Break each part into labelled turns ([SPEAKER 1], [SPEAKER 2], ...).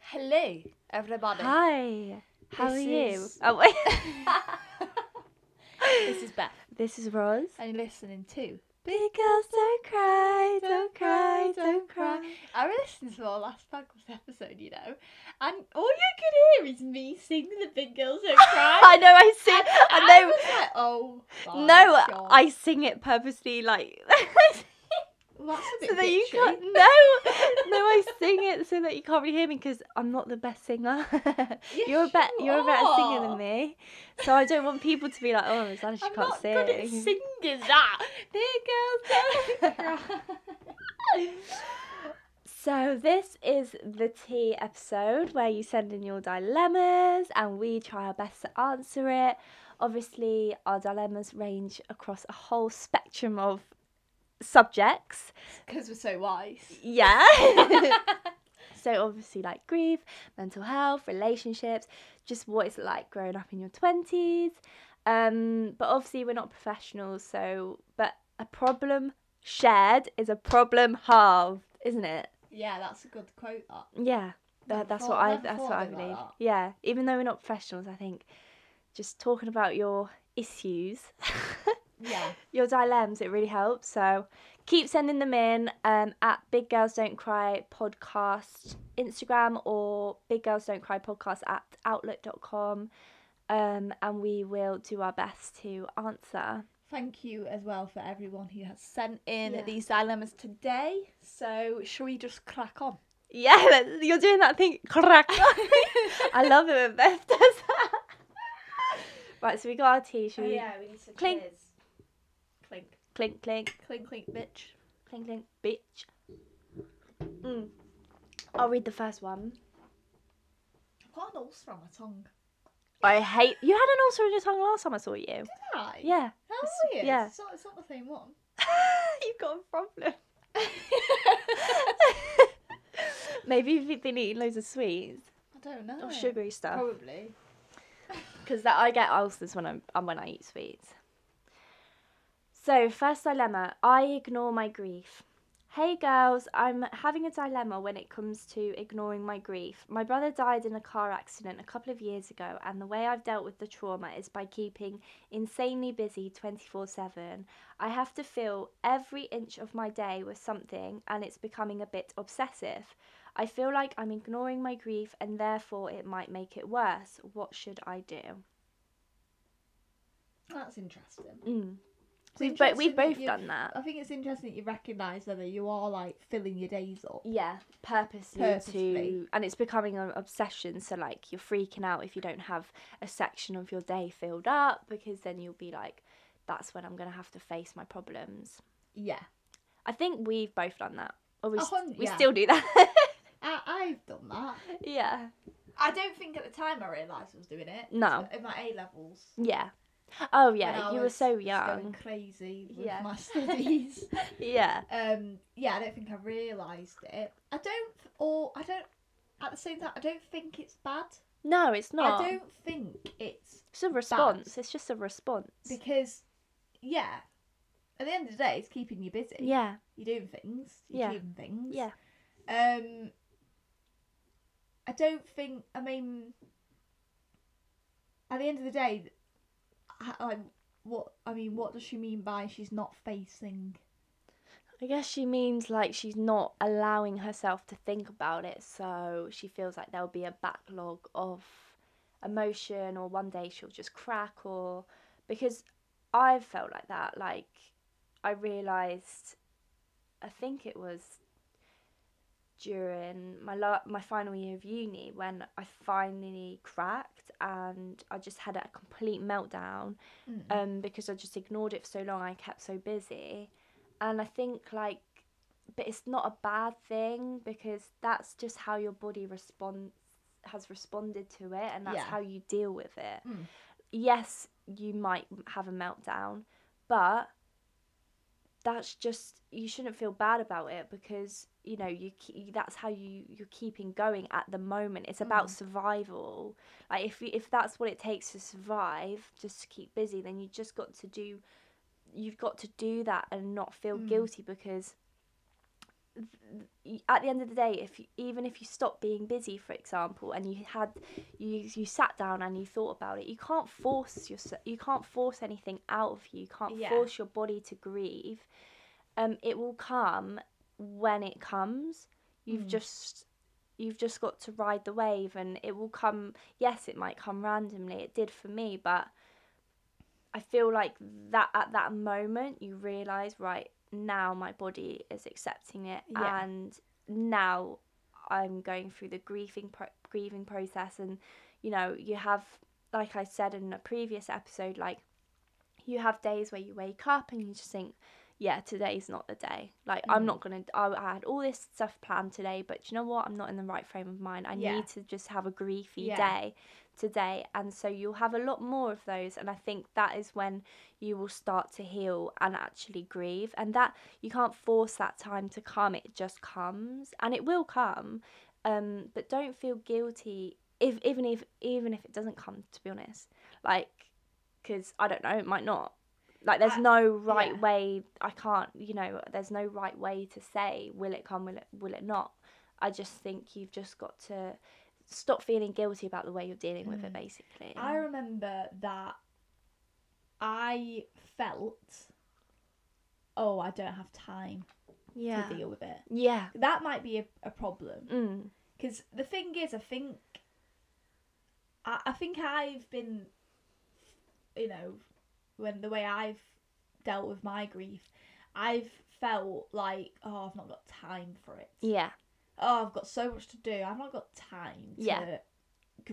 [SPEAKER 1] Hello, everybody.
[SPEAKER 2] Hi. How
[SPEAKER 1] This
[SPEAKER 2] are you?
[SPEAKER 1] is-
[SPEAKER 2] Oh, wait.
[SPEAKER 1] This is Beth,
[SPEAKER 2] this is Roz.
[SPEAKER 1] and you're listening to.
[SPEAKER 2] Big girls don't cry, don't cry, don't cry.
[SPEAKER 1] I listened to our last podcast episode, you know, and all you could hear is me sing the Big Girls Don't Cry.
[SPEAKER 2] I know I sing.
[SPEAKER 1] and, I
[SPEAKER 2] I
[SPEAKER 1] was like, oh.
[SPEAKER 2] know.
[SPEAKER 1] my
[SPEAKER 2] No,
[SPEAKER 1] God.
[SPEAKER 2] I sing it purposely, like
[SPEAKER 1] Well, That's a bit
[SPEAKER 2] so that you
[SPEAKER 1] bitchy.
[SPEAKER 2] can't. No, no, I sing it so that you can't really hear me because I'm not the best singer.
[SPEAKER 1] Yes,
[SPEAKER 2] you're a bet.
[SPEAKER 1] you
[SPEAKER 2] You're a better singer
[SPEAKER 1] are.
[SPEAKER 2] than me. So I don't want people to be like, oh, Rosanna, she
[SPEAKER 1] I'm
[SPEAKER 2] can't
[SPEAKER 1] not
[SPEAKER 2] sing.
[SPEAKER 1] good at singing that. Big Girls Don't Cry.
[SPEAKER 2] So this is the tea episode where you send in your dilemmas and we try our best to answer it. Obviously, our dilemmas range across a whole spectrum of subjects.
[SPEAKER 1] Because we're so wise.
[SPEAKER 2] Yeah. so obviously like grief, mental health, relationships, just what it's like growing up in your 20s. Um but obviously we're not professionals, so but a problem shared is a problem halved, isn't it?
[SPEAKER 1] yeah, that's a good quote. That.
[SPEAKER 2] Yeah,
[SPEAKER 1] Never
[SPEAKER 2] that, that's
[SPEAKER 1] thought-
[SPEAKER 2] what I
[SPEAKER 1] never
[SPEAKER 2] that's
[SPEAKER 1] thought
[SPEAKER 2] what I
[SPEAKER 1] of it like
[SPEAKER 2] believe.
[SPEAKER 1] that.
[SPEAKER 2] yeah, even though we're not professionals, I think just talking about your issues,
[SPEAKER 1] Yeah.
[SPEAKER 2] your dilemmas, it really helps. So keep sending them in um, at Big Girls Don't Cry podcast Instagram or Big Girls Don't Cry podcast at outlook.com. Um, and we will do our best to answer.
[SPEAKER 1] Thank you as well for everyone who has sent in
[SPEAKER 2] Yeah.
[SPEAKER 1] these dilemmas today. So, shall we just crack on?
[SPEAKER 2] Yeah, you're doing that thing. Crack.
[SPEAKER 1] Oh,
[SPEAKER 2] I love it when Beth does that. Right, so we got our tea. Should we?
[SPEAKER 1] we need to
[SPEAKER 2] Clink.
[SPEAKER 1] cheers. Clink.
[SPEAKER 2] Clink, clink,
[SPEAKER 1] Clink, clink, bitch.
[SPEAKER 2] clink, clink, bitch. Mm. I'll read the first one.
[SPEAKER 1] I've got an ulcer on my tongue.
[SPEAKER 2] I hate. You had an ulcer on your tongue last time I saw you.
[SPEAKER 1] Did I?
[SPEAKER 2] Yeah.
[SPEAKER 1] How
[SPEAKER 2] it's-
[SPEAKER 1] weird.
[SPEAKER 2] yeah.
[SPEAKER 1] It's, not, it's not the same one.
[SPEAKER 2] You've got a problem. Maybe you've been eating loads of sweets
[SPEAKER 1] I don't know.
[SPEAKER 2] or sugary stuff.
[SPEAKER 1] Probably.
[SPEAKER 2] Because that I get ulcers when I'm um, when I eat sweets. So first dilemma: I ignore my grief. Hey girls, I'm having a dilemma when it comes to ignoring my grief. My brother died in a car accident a couple of years ago, and the way I've dealt with the trauma is by keeping insanely busy 24 7. I have to fill every inch of my day with something, and it's becoming a bit obsessive. I feel like I'm ignoring my grief, and therefore it might make it worse. What should I do?
[SPEAKER 1] That's interesting.
[SPEAKER 2] Mm.
[SPEAKER 1] It's
[SPEAKER 2] We've, bo-
[SPEAKER 1] interesting
[SPEAKER 2] we've
[SPEAKER 1] that
[SPEAKER 2] both
[SPEAKER 1] you-
[SPEAKER 2] done that.
[SPEAKER 1] I think it's interesting that you recognise whether you are like filling your days up.
[SPEAKER 2] Yeah, purposely,
[SPEAKER 1] Purposely.
[SPEAKER 2] to, and it's becoming an obsession. So like, you're freaking out if you don't have a section of your day filled up because then you'll be like, "That's when I'm gonna have to face my problems."
[SPEAKER 1] Yeah.
[SPEAKER 2] I think we've both done that, or we,
[SPEAKER 1] A
[SPEAKER 2] s-
[SPEAKER 1] hun-
[SPEAKER 2] we
[SPEAKER 1] yeah.
[SPEAKER 2] still do that.
[SPEAKER 1] I, I've done that.
[SPEAKER 2] yeah,
[SPEAKER 1] I don't think at the time I realised I was doing it.
[SPEAKER 2] No.
[SPEAKER 1] In my A levels.
[SPEAKER 2] yeah. Oh
[SPEAKER 1] when
[SPEAKER 2] yeah,
[SPEAKER 1] I
[SPEAKER 2] you were
[SPEAKER 1] was
[SPEAKER 2] so
[SPEAKER 1] just Going
[SPEAKER 2] young.
[SPEAKER 1] crazy with
[SPEAKER 2] Yeah.
[SPEAKER 1] my studies.
[SPEAKER 2] Yeah,
[SPEAKER 1] um, yeah, I don't think I realised it. I don't, or I don't. At the same time, I don't think it's bad.
[SPEAKER 2] no, it's not.
[SPEAKER 1] I don't think it's
[SPEAKER 2] It's a response. It's just a response.
[SPEAKER 1] because, yeah. At the end of the day, it's keeping you busy.
[SPEAKER 2] Yeah,
[SPEAKER 1] You're doing things. You're
[SPEAKER 2] Yeah.
[SPEAKER 1] achieving things.
[SPEAKER 2] yeah.
[SPEAKER 1] Um. I don't think. I mean, at the end of the day, I, like what I mean, what does she mean by she's not facing?
[SPEAKER 2] I guess she means like she's not allowing herself to think about it, so she feels like there'll be a backlog of emotion, or one day she'll just crack, or because I've felt like that. Like, I realised, I think it was during my la- my final year of uni when I finally cracked and I just had a complete meltdown
[SPEAKER 1] Mm.
[SPEAKER 2] um, because I just ignored it for so long. I kept so busy, and I think like, but it's not a bad thing because that's just how your body responds has responded to it, and that's
[SPEAKER 1] Yeah.
[SPEAKER 2] how you deal with it.
[SPEAKER 1] Mm.
[SPEAKER 2] Yes, you might have a meltdown, but that's just you shouldn't feel bad about it because you know you ke- that's how you you're keeping going at the moment it's about
[SPEAKER 1] Mm.
[SPEAKER 2] survival like if you, if that's what it takes to survive just to keep busy then you just got to do you've got to do that and not feel
[SPEAKER 1] Mm.
[SPEAKER 2] guilty because y- at the end of the day, if you, even if you stop being busy, for example, and you had you you sat down and you thought about it, you can't force your you can't force anything out of you. You can't
[SPEAKER 1] Yeah.
[SPEAKER 2] force your body to grieve. Um, it will come when it comes. You've
[SPEAKER 1] Mm.
[SPEAKER 2] just you've just got to ride the wave, and it will come. Yes, it might come randomly. It did for me, but I feel like that at that moment you realize right now my body is accepting it
[SPEAKER 1] Yeah.
[SPEAKER 2] and now I'm going through the grieving pro- grieving process and you know you have like I said in a previous episode like you have days where you wake up and you just think yeah today's not the day like I'm
[SPEAKER 1] Mm.
[SPEAKER 2] not going to I had all this stuff planned today but do you know what I'm not in the right frame of mind I
[SPEAKER 1] Yeah.
[SPEAKER 2] need to just have a griefy
[SPEAKER 1] Yeah.
[SPEAKER 2] day today and so you'll have a lot more of those and i think that is when you will start to heal and actually grieve and that you can't force that time to come it just comes and it will come um but don't feel guilty if even if even if it doesn't come to be honest like because i don't know it might not like there's
[SPEAKER 1] I-
[SPEAKER 2] no right
[SPEAKER 1] yeah.
[SPEAKER 2] way i can't you know there's no right way to say will it come will it will it not i just think you've just got to stop feeling guilty about the way you're dealing with it
[SPEAKER 1] Mm.
[SPEAKER 2] basically
[SPEAKER 1] I remember that I felt, oh, I don't have time
[SPEAKER 2] yeah
[SPEAKER 1] to deal with it.
[SPEAKER 2] yeah
[SPEAKER 1] That might be a, a problem.
[SPEAKER 2] mm.
[SPEAKER 1] Because the thing is, I think, I, I think I've been, you know, when the way I've dealt with my grief, I've felt like, oh, I've not got time for it.
[SPEAKER 2] yeah
[SPEAKER 1] Oh, I've got so much to do. I've not got time to
[SPEAKER 2] Yeah.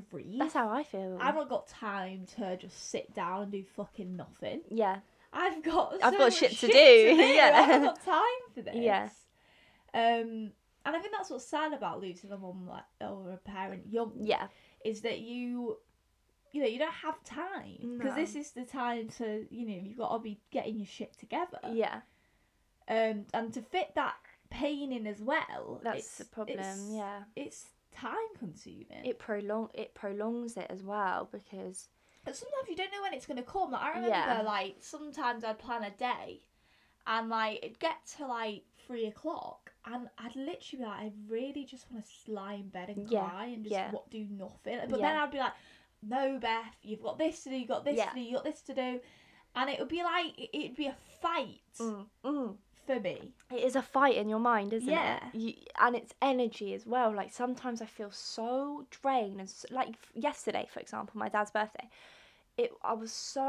[SPEAKER 1] grieve.
[SPEAKER 2] that's how i feel
[SPEAKER 1] I've not got time to just sit down and do fucking nothing.
[SPEAKER 2] yeah
[SPEAKER 1] I've got
[SPEAKER 2] I've
[SPEAKER 1] so
[SPEAKER 2] got
[SPEAKER 1] much
[SPEAKER 2] shit
[SPEAKER 1] to
[SPEAKER 2] to do, yeah.
[SPEAKER 1] I haven't got time for this.
[SPEAKER 2] Yeah.
[SPEAKER 1] Um, and I think that's what's sad about losing a mum like, or a parent young
[SPEAKER 2] yeah
[SPEAKER 1] is that you, you know, you don't have time because
[SPEAKER 2] No.
[SPEAKER 1] this is the time to you know you've got to be getting your shit together.
[SPEAKER 2] yeah
[SPEAKER 1] Um, and to fit that pain in as well.
[SPEAKER 2] that's
[SPEAKER 1] it's-
[SPEAKER 2] the problem
[SPEAKER 1] it's-
[SPEAKER 2] yeah
[SPEAKER 1] It's time consuming.
[SPEAKER 2] it prolong it prolongs it as well because
[SPEAKER 1] But sometimes you don't know when it's going to come. Like, I remember,
[SPEAKER 2] Yeah.
[SPEAKER 1] like, sometimes I'd plan a day and, like, it'd get to, like, three o'clock and I'd literally be like, I really just want to lie in bed and
[SPEAKER 2] Yeah,
[SPEAKER 1] cry and just
[SPEAKER 2] yeah.
[SPEAKER 1] what, do nothing. But then
[SPEAKER 2] Yeah.
[SPEAKER 1] I'd be like, no, Beth, you've got this to do, you've got this
[SPEAKER 2] Yeah.
[SPEAKER 1] to do, you've got this to do. And it would be like, it- it'd be a fight
[SPEAKER 2] Mm.
[SPEAKER 1] for me.
[SPEAKER 2] it is a fight in your mind isn't
[SPEAKER 1] Yeah.
[SPEAKER 2] it you, and it's energy as well like sometimes i feel so drained and s like f- yesterday for example my dad's birthday it i was so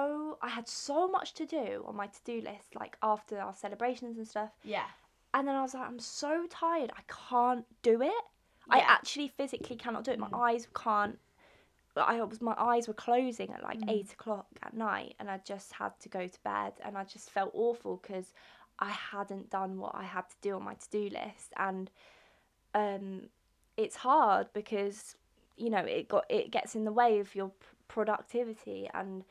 [SPEAKER 2] i had so much to do on my to-do list like after our celebrations and stuff
[SPEAKER 1] Yeah.
[SPEAKER 2] and then i was like i'm so tired i can't do it I
[SPEAKER 1] Yeah.
[SPEAKER 2] actually physically cannot do it. My
[SPEAKER 1] Mm.
[SPEAKER 2] eyes can't. I was my eyes were closing at like
[SPEAKER 1] Mm.
[SPEAKER 2] eight o'clock at night, and I just had to go to bed, and I just felt awful because I hadn't done what I had to do on my to do list, and um, it's hard because you know it got it gets in the way of your p- productivity and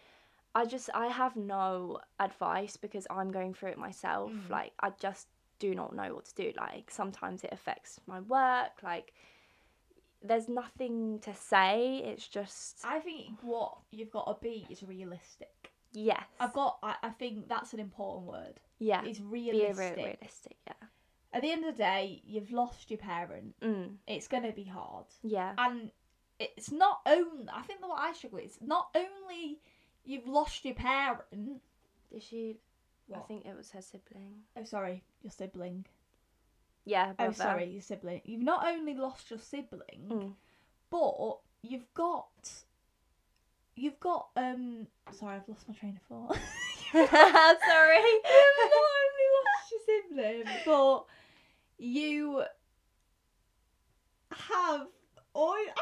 [SPEAKER 2] I just I have no advice because I'm going through it myself.
[SPEAKER 1] Mm.
[SPEAKER 2] Like I just do not know what to do. Like sometimes it affects my work. Like there's nothing to say. It's just
[SPEAKER 1] I think what you've got to be is realistic.
[SPEAKER 2] yes.
[SPEAKER 1] I've got, I, I think that's an important word.
[SPEAKER 2] yeah.
[SPEAKER 1] It's
[SPEAKER 2] Be
[SPEAKER 1] realistic.
[SPEAKER 2] real, realistic. Yeah.
[SPEAKER 1] At the end of the day, you've lost your parent.
[SPEAKER 2] Mm,
[SPEAKER 1] it's going to be hard.
[SPEAKER 2] yeah.
[SPEAKER 1] And it's not only, I think the what I struggle is not only you've lost your parent.
[SPEAKER 2] Did she? I
[SPEAKER 1] What?
[SPEAKER 2] think it was her sibling.
[SPEAKER 1] Oh, sorry, your sibling.
[SPEAKER 2] Yeah.
[SPEAKER 1] Oh,
[SPEAKER 2] brother.
[SPEAKER 1] sorry, your sibling. You've not only lost your sibling,
[SPEAKER 2] Mm.
[SPEAKER 1] but you've got. You've got um sorry I've lost my train of thought.
[SPEAKER 2] sorry.
[SPEAKER 1] You've not only lost your sibling, but you have oh I've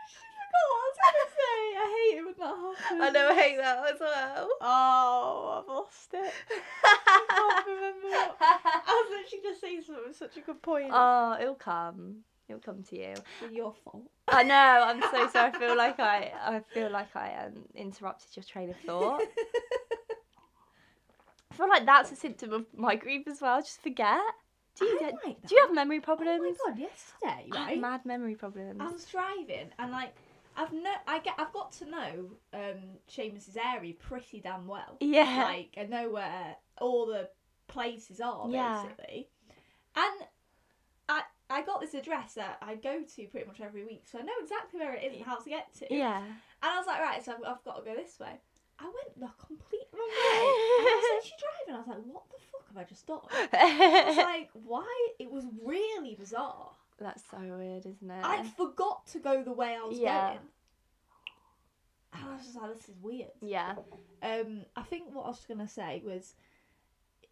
[SPEAKER 1] actually forgot what I was gonna say. I hate it when that happens.
[SPEAKER 2] I know. I hate that as well.
[SPEAKER 1] Oh, I've lost it. I can't remember. What... I was literally just saying something. It was such a good point.
[SPEAKER 2] oh, it'll come. It'll come to you.
[SPEAKER 1] It's your fault.
[SPEAKER 2] I know. I'm so sorry. I feel like I, I feel like I um, interrupted your train of thought. I feel like that's a symptom of my grief as well. Just forget. Do you
[SPEAKER 1] I
[SPEAKER 2] get,
[SPEAKER 1] like
[SPEAKER 2] do you
[SPEAKER 1] that.
[SPEAKER 2] have memory
[SPEAKER 1] Oh my
[SPEAKER 2] problems? Oh,
[SPEAKER 1] god! Yesterday,
[SPEAKER 2] I have
[SPEAKER 1] right?
[SPEAKER 2] mad memory problems.
[SPEAKER 1] I was driving and like I've no I get I've got to know um Seamus's area pretty damn well.
[SPEAKER 2] yeah.
[SPEAKER 1] Like I know where all the places are
[SPEAKER 2] Yeah.
[SPEAKER 1] basically. And I got this address that I go to pretty much every week, so I know exactly where it is and how to get to.
[SPEAKER 2] Yeah.
[SPEAKER 1] And I was like, right, so I've, I've got to go this way. I went the complete wrong way. and I was actually driving. I was like, what the fuck have I just done? I was like, why? It was really bizarre.
[SPEAKER 2] That's so weird, isn't it?
[SPEAKER 1] I forgot to go the way I was
[SPEAKER 2] Yeah.
[SPEAKER 1] going. And I was just like, this is weird.
[SPEAKER 2] Yeah.
[SPEAKER 1] Um, I think what I was gonna say was,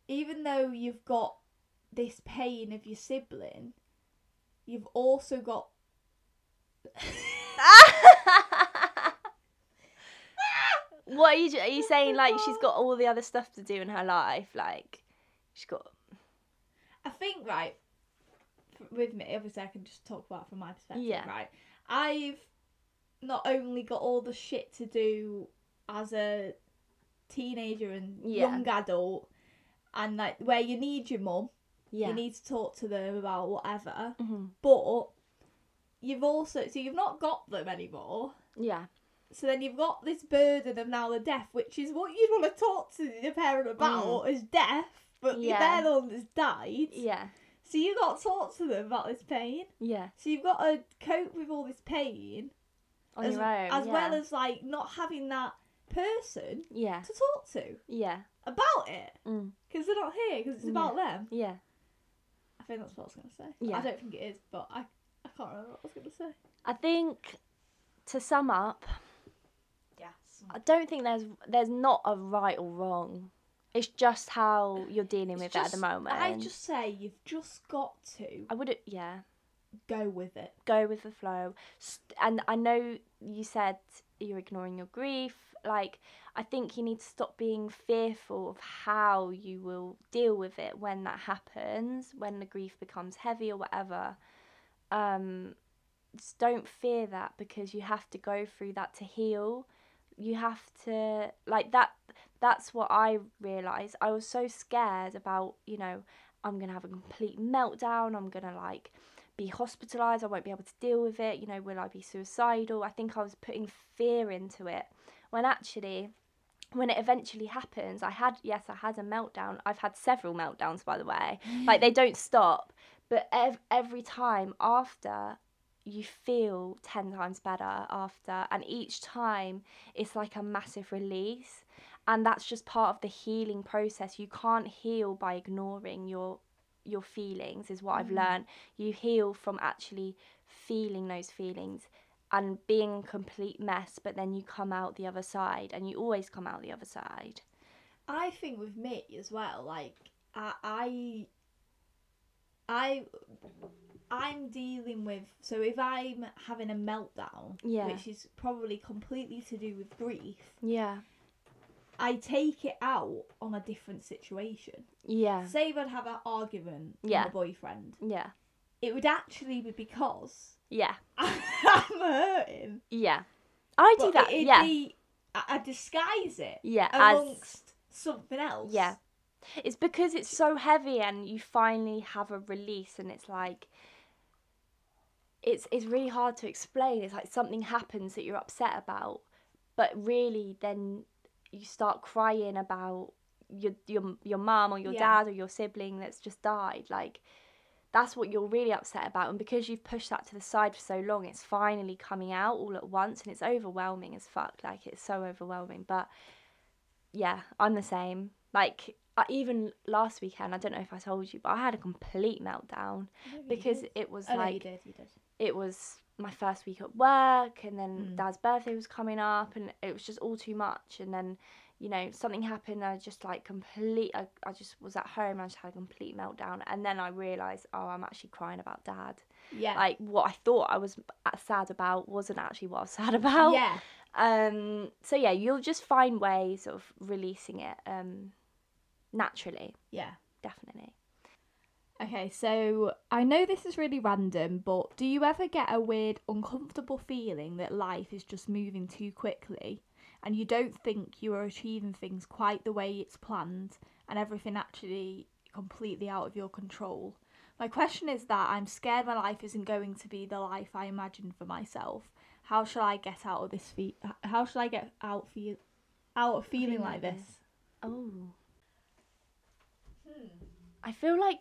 [SPEAKER 1] even though you've got this pain of your sibling, you've also got.
[SPEAKER 2] what are you, ju- are you saying? Like she's got all the other stuff to do in her life. Like she's got.
[SPEAKER 1] I think right f- with me. Obviously, I can just talk about it from my perspective.
[SPEAKER 2] Yeah.
[SPEAKER 1] Right. I've not only got all the shit to do as a teenager and
[SPEAKER 2] Yeah.
[SPEAKER 1] young adult, and like where you need your mum,
[SPEAKER 2] Yeah.
[SPEAKER 1] you need to talk to them about whatever.
[SPEAKER 2] Mhm.
[SPEAKER 1] but you've also so you've not got them anymore
[SPEAKER 2] Yeah.
[SPEAKER 1] so then you've got this burden of now the deaf which is what you'd want to talk to your parent about as deaf but
[SPEAKER 2] Mm. Yeah.
[SPEAKER 1] they're the one that's died
[SPEAKER 2] Yeah.
[SPEAKER 1] so you've got to talk to them about this pain
[SPEAKER 2] Yeah.
[SPEAKER 1] so you've got to cope with all this pain
[SPEAKER 2] On
[SPEAKER 1] as,
[SPEAKER 2] your own.
[SPEAKER 1] as
[SPEAKER 2] yeah.
[SPEAKER 1] well as like not having that person
[SPEAKER 2] Yeah.
[SPEAKER 1] to talk to
[SPEAKER 2] Yeah.
[SPEAKER 1] about it
[SPEAKER 2] Mm.
[SPEAKER 1] because they're not here because it's
[SPEAKER 2] Yeah.
[SPEAKER 1] about them
[SPEAKER 2] Yeah.
[SPEAKER 1] i think that's what i was going to say
[SPEAKER 2] Yeah.
[SPEAKER 1] i don't think it is but i i can't remember what i was going to say
[SPEAKER 2] I think to sum up,
[SPEAKER 1] yeah
[SPEAKER 2] I don't think there's there's not a right or wrong. It's just how you're dealing with
[SPEAKER 1] It's
[SPEAKER 2] it at the
[SPEAKER 1] just-
[SPEAKER 2] moment.
[SPEAKER 1] I just say you've just got to
[SPEAKER 2] I would yeah
[SPEAKER 1] go with it.
[SPEAKER 2] go with the flow. St- And I know you said you're ignoring your grief. Like I think you need to stop being fearful of how you will deal with it when that happens, when the grief becomes heavy or whatever. Um, just don't fear that because you have to go through that to heal. You have to like that. That's what I realized. I was so scared about you know I'm gonna have a complete meltdown. I'm gonna like be hospitalized. I won't be able to deal with it. You know, will I be suicidal? I think I was putting fear into it when actually. When it eventually happens, I had, yes, I had a meltdown. I've had several meltdowns, by the way. Like, they don't stop. But ev- every time after, you feel 10 times better after. And each time, it's like a massive release. And that's just part of the healing process. You can't heal by ignoring your your feelings is what I've learned. You heal from actually feeling those feelings and being a complete mess, but then you come out the other side and you always come out the other side.
[SPEAKER 1] I think with me as well, like I I I I'm dealing with so if I'm having a meltdown,
[SPEAKER 2] Yeah.
[SPEAKER 1] which is probably completely to do with grief,
[SPEAKER 2] Yeah.
[SPEAKER 1] I take it out on a different situation.
[SPEAKER 2] Yeah.
[SPEAKER 1] Say if I'd have an argument with
[SPEAKER 2] Yeah.
[SPEAKER 1] my boyfriend,
[SPEAKER 2] Yeah.
[SPEAKER 1] it would actually be because
[SPEAKER 2] Yeah.
[SPEAKER 1] I'm hurting.
[SPEAKER 2] Yeah. I do
[SPEAKER 1] But
[SPEAKER 2] that.
[SPEAKER 1] it'd
[SPEAKER 2] yeah.
[SPEAKER 1] be- I, I disguise it.
[SPEAKER 2] yeah. As
[SPEAKER 1] amongst something else.
[SPEAKER 2] Yeah. It's because it's so heavy and you finally have a release and it's like it's it's really hard to explain. It's like something happens that you're upset about, but really then you start crying about your your your mum or your
[SPEAKER 1] Yeah.
[SPEAKER 2] dad or your sibling that's just died. Like that's what you're really upset about and because you've pushed that to the side for so long it's finally coming out all at once and it's overwhelming as fuck like it's so overwhelming but yeah i'm the same like I, even last weekend i don't know if i told you but i had a complete meltdown because it was
[SPEAKER 1] oh, no, you
[SPEAKER 2] like
[SPEAKER 1] did, you did.
[SPEAKER 2] it was my first week at work and then
[SPEAKER 1] Mm.
[SPEAKER 2] dad's birthday was coming up and it was just all too much and then you know something happened and i just like complete I, I just was at home and i just had a complete meltdown and then i realized oh i'm actually crying about dad
[SPEAKER 1] Yeah.
[SPEAKER 2] like what i thought i was sad about wasn't actually what i was sad about
[SPEAKER 1] yeah.
[SPEAKER 2] um so yeah you'll just find ways of releasing it um naturally
[SPEAKER 1] Yeah.
[SPEAKER 2] definitely
[SPEAKER 1] Okay, so I know this is really random, but do you ever get a weird, uncomfortable feeling that life is just moving too quickly and you don't think you are achieving things quite the way it's planned and everything actually completely out of your control? My question is that I'm scared my life isn't going to be the life I imagined for myself. How shall I get out of this fe- how shall I get out feel out of feeling like this?
[SPEAKER 2] Oh.
[SPEAKER 1] Hmm.
[SPEAKER 2] I feel like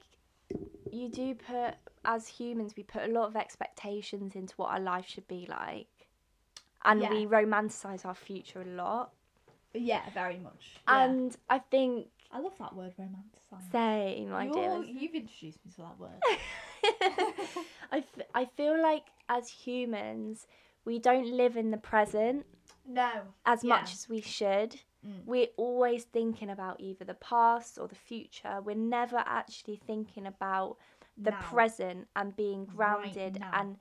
[SPEAKER 2] you do put as humans, we put a lot of expectations into what our life should be like. And
[SPEAKER 1] Yeah.
[SPEAKER 2] we romanticize our future a lot.
[SPEAKER 1] Yeah, very much. Yeah.
[SPEAKER 2] And I think,
[SPEAKER 1] I love that word romanticise.
[SPEAKER 2] same, my
[SPEAKER 1] you all,
[SPEAKER 2] dear.
[SPEAKER 1] you've introduced me to that word.
[SPEAKER 2] I, f- I feel like as humans, we don't live in the present
[SPEAKER 1] no.
[SPEAKER 2] as
[SPEAKER 1] Yeah.
[SPEAKER 2] much as we should.
[SPEAKER 1] Mm.
[SPEAKER 2] We're always thinking about either the past or the future. We're never actually thinking about the
[SPEAKER 1] now.
[SPEAKER 2] present and being
[SPEAKER 1] Right
[SPEAKER 2] grounded.
[SPEAKER 1] now.
[SPEAKER 2] and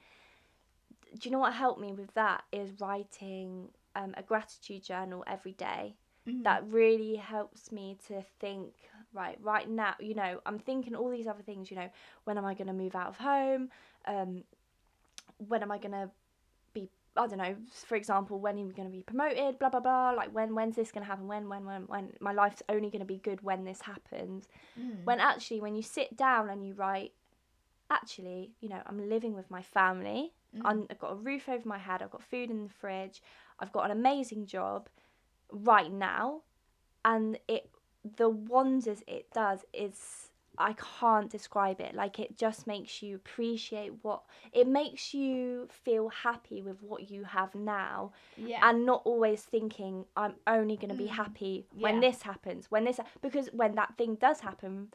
[SPEAKER 2] do you know what helped me with that is writing um, a gratitude journal every day.
[SPEAKER 1] Mm.
[SPEAKER 2] That really helps me to think right right now. You know, I'm thinking all these other things. You know, when am I going to move out of home? Um, when am I going to be? I don't know. For example, when am I going to be promoted? Blah blah blah. Like when when's this going to happen? When when when when my life's only going to be good when this happens.
[SPEAKER 1] Mm.
[SPEAKER 2] When actually, when you sit down and you write, actually, you know, I'm living with my family.
[SPEAKER 1] Mm.
[SPEAKER 2] I'm, I've got a roof over my head. I've got food in the fridge. I've got an amazing job right now, and it the wonders it does is I can't describe it. Like it just makes you appreciate what it makes you feel happy with what you have now
[SPEAKER 1] yeah.
[SPEAKER 2] and not always thinking I'm only going to be
[SPEAKER 1] Mm.
[SPEAKER 2] happy when
[SPEAKER 1] Yeah.
[SPEAKER 2] this happens, when this because when that thing does happen,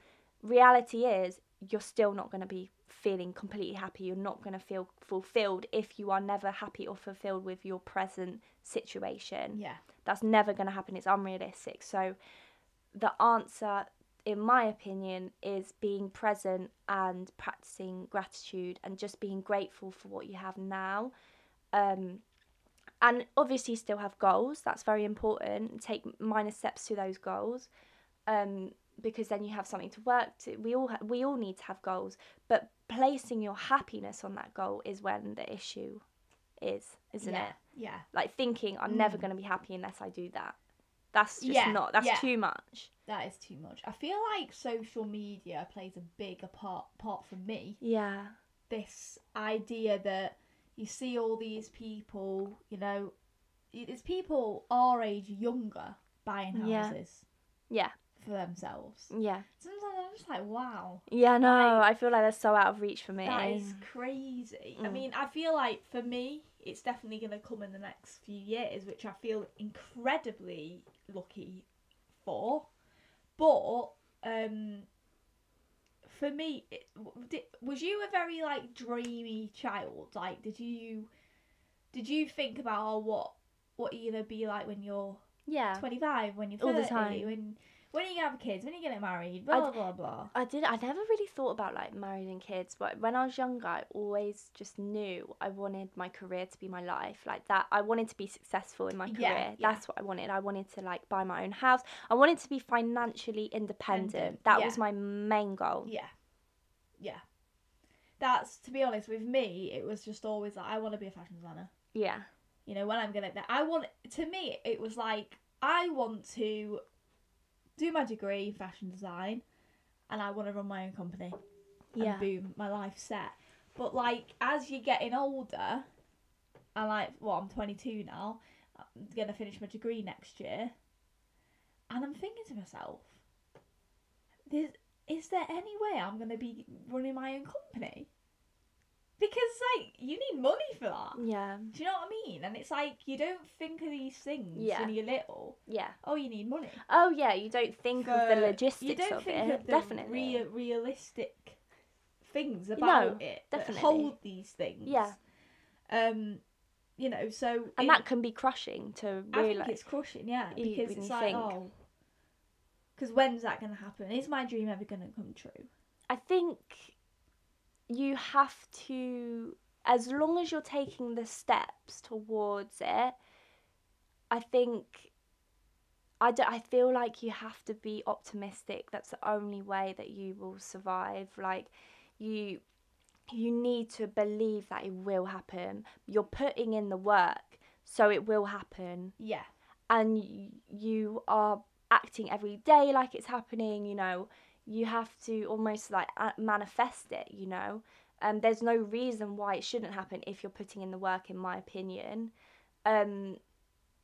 [SPEAKER 2] reality is you're still not going to be feeling completely happy. You're not going to feel fulfilled if you are never happy or fulfilled with your present situation.
[SPEAKER 1] yeah.
[SPEAKER 2] That's never going to happen. It's unrealistic. So the answer in my opinion is being present and practicing gratitude and just being grateful for what you have now. Um and obviously still have goals that's very important take minor steps to those goals um because then you have something to work to we all ha- we all need to have goals but placing your happiness on that goal is when the issue is isn't
[SPEAKER 1] yeah.
[SPEAKER 2] it
[SPEAKER 1] Yeah.
[SPEAKER 2] like thinking i'm never
[SPEAKER 1] Mm.
[SPEAKER 2] going to be happy unless i do that that's just
[SPEAKER 1] Yeah,
[SPEAKER 2] not that's
[SPEAKER 1] yeah.
[SPEAKER 2] too much
[SPEAKER 1] That is too much. I feel like social media plays a big part part for me.
[SPEAKER 2] yeah
[SPEAKER 1] This idea that you see all these people, you know, it's people our age younger buying
[SPEAKER 2] Yeah.
[SPEAKER 1] houses.
[SPEAKER 2] Yeah.
[SPEAKER 1] For themselves.
[SPEAKER 2] yeah
[SPEAKER 1] Sometimes I'm just like, wow,
[SPEAKER 2] yeah no
[SPEAKER 1] Like-
[SPEAKER 2] i feel like that's so out of reach for me
[SPEAKER 1] that is crazy. I
[SPEAKER 2] Mm.
[SPEAKER 1] mean, I feel like for me, it's definitely going to come in the next few years, which I feel incredibly lucky for. But um, for me, it, w- did, was you a very like dreamy child? Like, did you did you think about oh, what what are you gonna be like when you're
[SPEAKER 2] yeah
[SPEAKER 1] twenty five? When you're
[SPEAKER 2] All
[SPEAKER 1] thirty?
[SPEAKER 2] the time.
[SPEAKER 1] When when are you gonna have kids? When are you gonna get married?
[SPEAKER 2] I
[SPEAKER 1] Blah blah blah. blah.
[SPEAKER 2] I did. I never really thought about like married and kids, but when I was younger, I always just knew I wanted my career to be my life. Like that, I wanted to be successful in my career.
[SPEAKER 1] Yeah, yeah.
[SPEAKER 2] That's what I wanted. I wanted to like buy my own house. I wanted to be financially independent.
[SPEAKER 1] Independent,
[SPEAKER 2] That
[SPEAKER 1] yeah.
[SPEAKER 2] was my main goal.
[SPEAKER 1] Yeah. Yeah. That's to be honest with me, it was just always like I want to be a fashion designer.
[SPEAKER 2] Yeah,
[SPEAKER 1] You know, when I'm gonna that I want to me it was like I want to do my degree in fashion design and I want to run my own company. And
[SPEAKER 2] yeah,
[SPEAKER 1] boom, my life's set. But like as you're getting older, and like well, I'm 22 now. I'm gonna finish my degree next year, and I'm thinking to myself, "There's is there any way I'm gonna be running my own company? Because like you need money for that.
[SPEAKER 2] yeah,
[SPEAKER 1] Do you know what I mean? And it's like you don't think of these things
[SPEAKER 2] Yeah.
[SPEAKER 1] when you're little.
[SPEAKER 2] yeah.
[SPEAKER 1] Oh, you need money.
[SPEAKER 2] Oh yeah, you don't think of
[SPEAKER 1] For-
[SPEAKER 2] the logistics
[SPEAKER 1] you don't
[SPEAKER 2] of
[SPEAKER 1] think
[SPEAKER 2] it.
[SPEAKER 1] of the
[SPEAKER 2] Definitely.
[SPEAKER 1] rea- realistic things about it
[SPEAKER 2] definitely.
[SPEAKER 1] that hold these things.
[SPEAKER 2] Yeah.
[SPEAKER 1] Um, you know, so
[SPEAKER 2] and
[SPEAKER 1] it-
[SPEAKER 2] that can be crushing to
[SPEAKER 1] I
[SPEAKER 2] realize.
[SPEAKER 1] think it's crushing, yeah,
[SPEAKER 2] You-
[SPEAKER 1] because
[SPEAKER 2] when
[SPEAKER 1] it's
[SPEAKER 2] you
[SPEAKER 1] like
[SPEAKER 2] think.
[SPEAKER 1] oh, because when's that going to happen? Is my dream ever going to come true?
[SPEAKER 2] I think you have to, as long as you're taking the steps towards it, I think. I, do, I feel like you have to be optimistic. That's the only way that you will survive. Like, you you need to believe that it will happen. You're putting in the work, so it will happen
[SPEAKER 1] Yeah,
[SPEAKER 2] and y- you are acting every day like it's happening you know you have to almost like a- manifest it you know um, there's no reason why it shouldn't happen if you're putting in the work in my opinion um,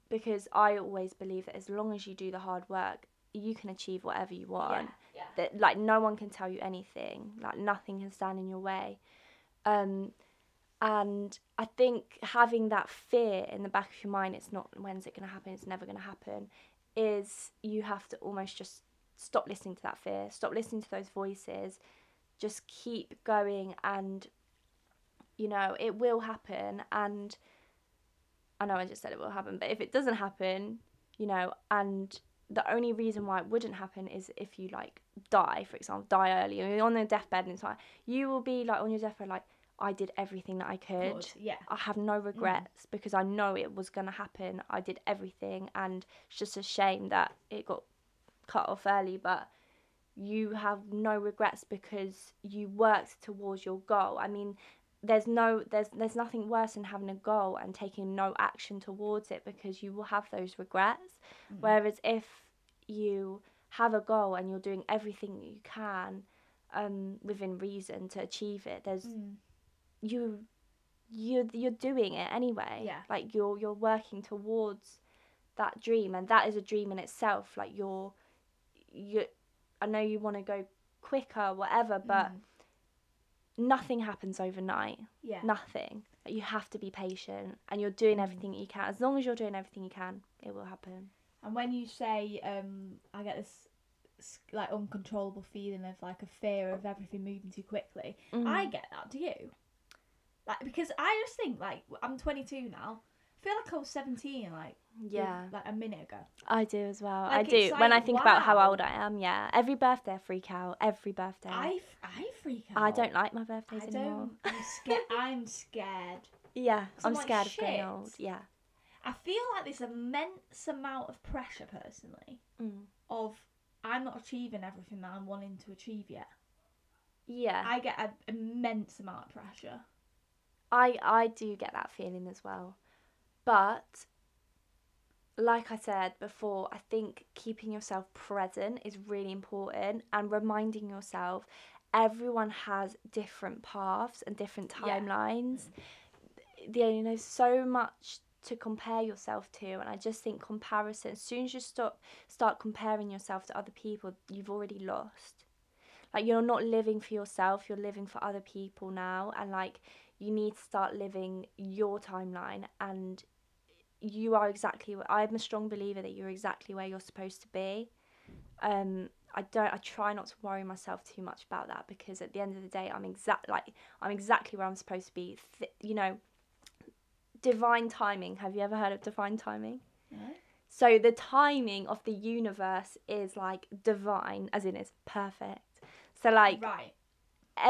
[SPEAKER 2] because i always believe that as long as you do the hard work you can achieve whatever you want
[SPEAKER 1] Yeah.
[SPEAKER 2] that like no one can tell you anything like nothing can stand in your way um and i think having that fear in the back of your mind it's not when's it going to happen it's never going to happen is you have to almost just stop listening to that fear stop listening to those voices just keep going and you know it will happen and i know i just said it will happen but if it doesn't happen you know and the only reason why it wouldn't happen is if you like die for example die early or you're on your deathbed and it's like you will be like on your deathbed like i did everything that i could
[SPEAKER 1] Good. Yeah.
[SPEAKER 2] I have no regrets because I know it was going to happen. I did everything, and it's just a shame that it got cut off early. But you have no regrets because you worked towards your goal. I mean, there's no there's there's nothing worse than having a goal and taking no action towards it because you will have those regrets.
[SPEAKER 1] Mhm.
[SPEAKER 2] Whereas if you have a goal and you're doing everything you can um, within reason to achieve it, there's
[SPEAKER 1] Mm.
[SPEAKER 2] you you you're doing it anyway
[SPEAKER 1] Yeah.
[SPEAKER 2] like you're you're working towards that dream and that is a dream in itself like you're you i know you want to go quicker whatever but
[SPEAKER 1] Mm.
[SPEAKER 2] nothing happens overnight
[SPEAKER 1] yeah.
[SPEAKER 2] nothing Like, you have to be patient and you're doing
[SPEAKER 1] Mm.
[SPEAKER 2] everything you can as long as you're doing everything you can it will happen
[SPEAKER 1] And when you say, um, I get this s- like uncontrollable feeling of like a fear of everything moving too quickly.
[SPEAKER 2] Mm,
[SPEAKER 1] I get that. Do you? Like because I just think like I'm 22 now. I feel like I was 17 like the-
[SPEAKER 2] yeah
[SPEAKER 1] like a minute ago.
[SPEAKER 2] i do as well i
[SPEAKER 1] Like,
[SPEAKER 2] do
[SPEAKER 1] it's
[SPEAKER 2] when i
[SPEAKER 1] like,
[SPEAKER 2] think about how
[SPEAKER 1] wow.
[SPEAKER 2] old i am yeah every birthday I freak out every birthday
[SPEAKER 1] I f- I freak out.
[SPEAKER 2] I don't like my
[SPEAKER 1] I
[SPEAKER 2] birthdays
[SPEAKER 1] don't.
[SPEAKER 2] anymore
[SPEAKER 1] I'm scared. I'm scared.
[SPEAKER 2] Yeah,
[SPEAKER 1] So
[SPEAKER 2] I'm
[SPEAKER 1] like,
[SPEAKER 2] scared of being
[SPEAKER 1] shit.
[SPEAKER 2] old. Yeah.
[SPEAKER 1] I feel like this immense amount of pressure personally
[SPEAKER 2] Mm.
[SPEAKER 1] of I'm not achieving everything that I'm wanting to achieve yet.
[SPEAKER 2] Yeah,
[SPEAKER 1] I get an immense amount of pressure.
[SPEAKER 2] I I do get that feeling as well, but like I said before, I think keeping yourself present is really important and reminding yourself everyone has different paths and different
[SPEAKER 1] Yeah.
[SPEAKER 2] timelines. Yeah, you know, so much to compare yourself to and I just think comparison as soon as you stop start comparing yourself to other people, you've already lost. like you're not living for yourself you're living for other people now and like you need to start living your timeline and you are exactly wh- i'm a strong believer that you're exactly where you're supposed to be um i don't i try not to worry myself too much about that because at the end of the day i'm exact like i'm exactly where i'm supposed to be Th- you know divine timing have you ever heard of divine timing
[SPEAKER 1] Right?
[SPEAKER 2] so the timing of the universe is like divine, as in it's perfect. So like
[SPEAKER 1] right.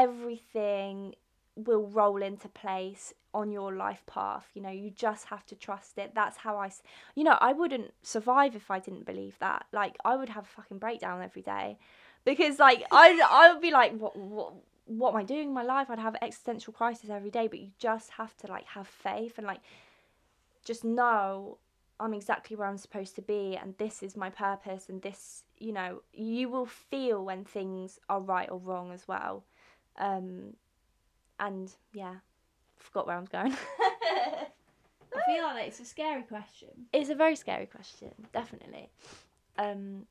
[SPEAKER 2] everything will roll into place on your life path. You know, you just have to trust it. That's how I, s- you know, I wouldn't survive if I didn't believe that. Like I would have a fucking breakdown every day because like I I would be like what what what am I doing in my life? I'd have existential crisis every day, but you just have to like have faith and like just know I'm exactly where I'm supposed to be and this is my purpose and this, you know, you will feel when things are right or wrong as well. Um and yeah, forgot where I was going.
[SPEAKER 1] I feel like it's a scary question.
[SPEAKER 2] it's a very scary question, definitely. Um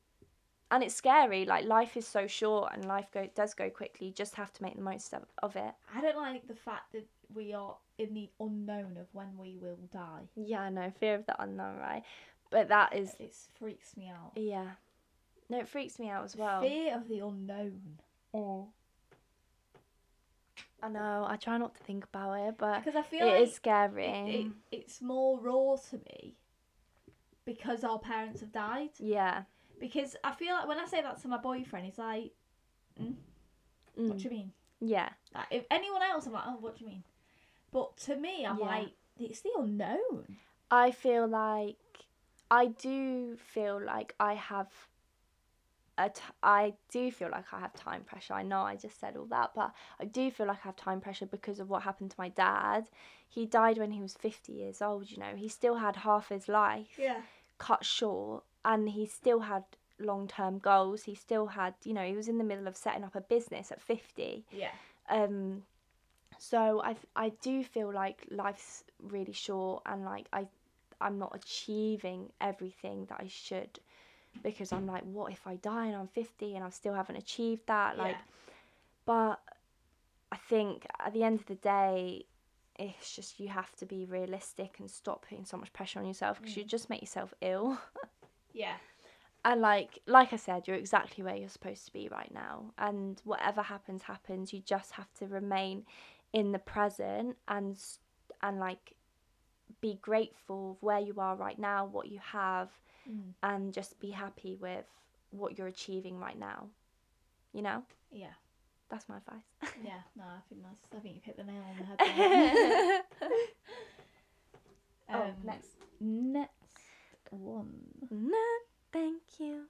[SPEAKER 2] and it's scary, like life is so short and life go does go quickly. You just have to make the most of, of it.
[SPEAKER 1] I don't like the fact that we are in the unknown of when we will die.
[SPEAKER 2] Yeah, I know, fear of the unknown, right? But that is
[SPEAKER 1] It freaks me out.
[SPEAKER 2] yeah. No, it freaks me out as well.
[SPEAKER 1] Fear of the unknown.
[SPEAKER 2] Mm. I know. I try not to think about it, but
[SPEAKER 1] Because I
[SPEAKER 2] it is
[SPEAKER 1] feel like
[SPEAKER 2] scary.
[SPEAKER 1] it, it's more raw to me because our parents have died.
[SPEAKER 2] yeah.
[SPEAKER 1] Because I feel like when I say that to my boyfriend, he's like,
[SPEAKER 2] Mm.
[SPEAKER 1] "What do you mean?"
[SPEAKER 2] Yeah.
[SPEAKER 1] Like, if anyone else, I'm like, "Oh, what do you mean?" But to me, I'm
[SPEAKER 2] Yeah.
[SPEAKER 1] like, "It's the unknown."
[SPEAKER 2] I feel like I do feel like I have a t- I do feel like I have time pressure. I know I just said all that, but I do feel like I have time pressure because of what happened to my dad. He died when he was 50 years old, you know. He still had half his life.
[SPEAKER 1] Yeah.
[SPEAKER 2] cut short and he still had long term goals. He still had, you know, he was in the middle of setting up a business at 50.
[SPEAKER 1] Yeah.
[SPEAKER 2] Um, so I, I do feel like life's really short and like I, I'm not achieving everything that I should. because I'm like, what if I die and I'm 50 and I still haven't achieved that? Like,
[SPEAKER 1] yeah.
[SPEAKER 2] but I think at the end of the day, it's just you have to be realistic and stop putting so much pressure on yourself because you just make yourself ill.
[SPEAKER 1] yeah.
[SPEAKER 2] And like, like I said, you're exactly where you're supposed to be right now. And whatever happens, happens. You just have to remain in the present and s- and like be grateful of where you are right now, what you have,
[SPEAKER 1] Mm.
[SPEAKER 2] and just be happy with what you're achieving right now. You know,
[SPEAKER 1] Yeah.
[SPEAKER 2] that's my advice.
[SPEAKER 1] Yeah. No, I think that's. I think you've hit the nail on the head. there.
[SPEAKER 2] oh,
[SPEAKER 1] Um,
[SPEAKER 2] next.
[SPEAKER 1] Next one.
[SPEAKER 2] No, thank you.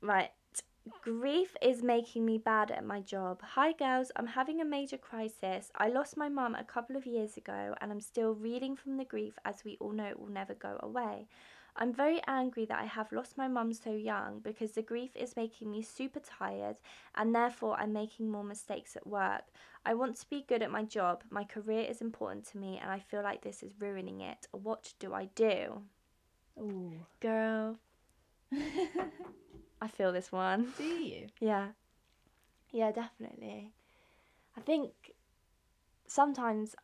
[SPEAKER 2] Right. Grief is making me bad at my job. Hi, girls. I'm having a major crisis. I lost my mum a couple of years ago, and I'm still reeling from the grief as we all know it will never go away. I'm very angry that I have lost my mum so young because the grief is making me super tired and therefore I'm making more mistakes at work. I want to be good at my job. My career is important to me and I feel like this is ruining it. What do I do?
[SPEAKER 1] Ooh.
[SPEAKER 2] Girl, I feel this one.
[SPEAKER 1] Do you?
[SPEAKER 2] Yeah. Yeah, definitely. I think sometimes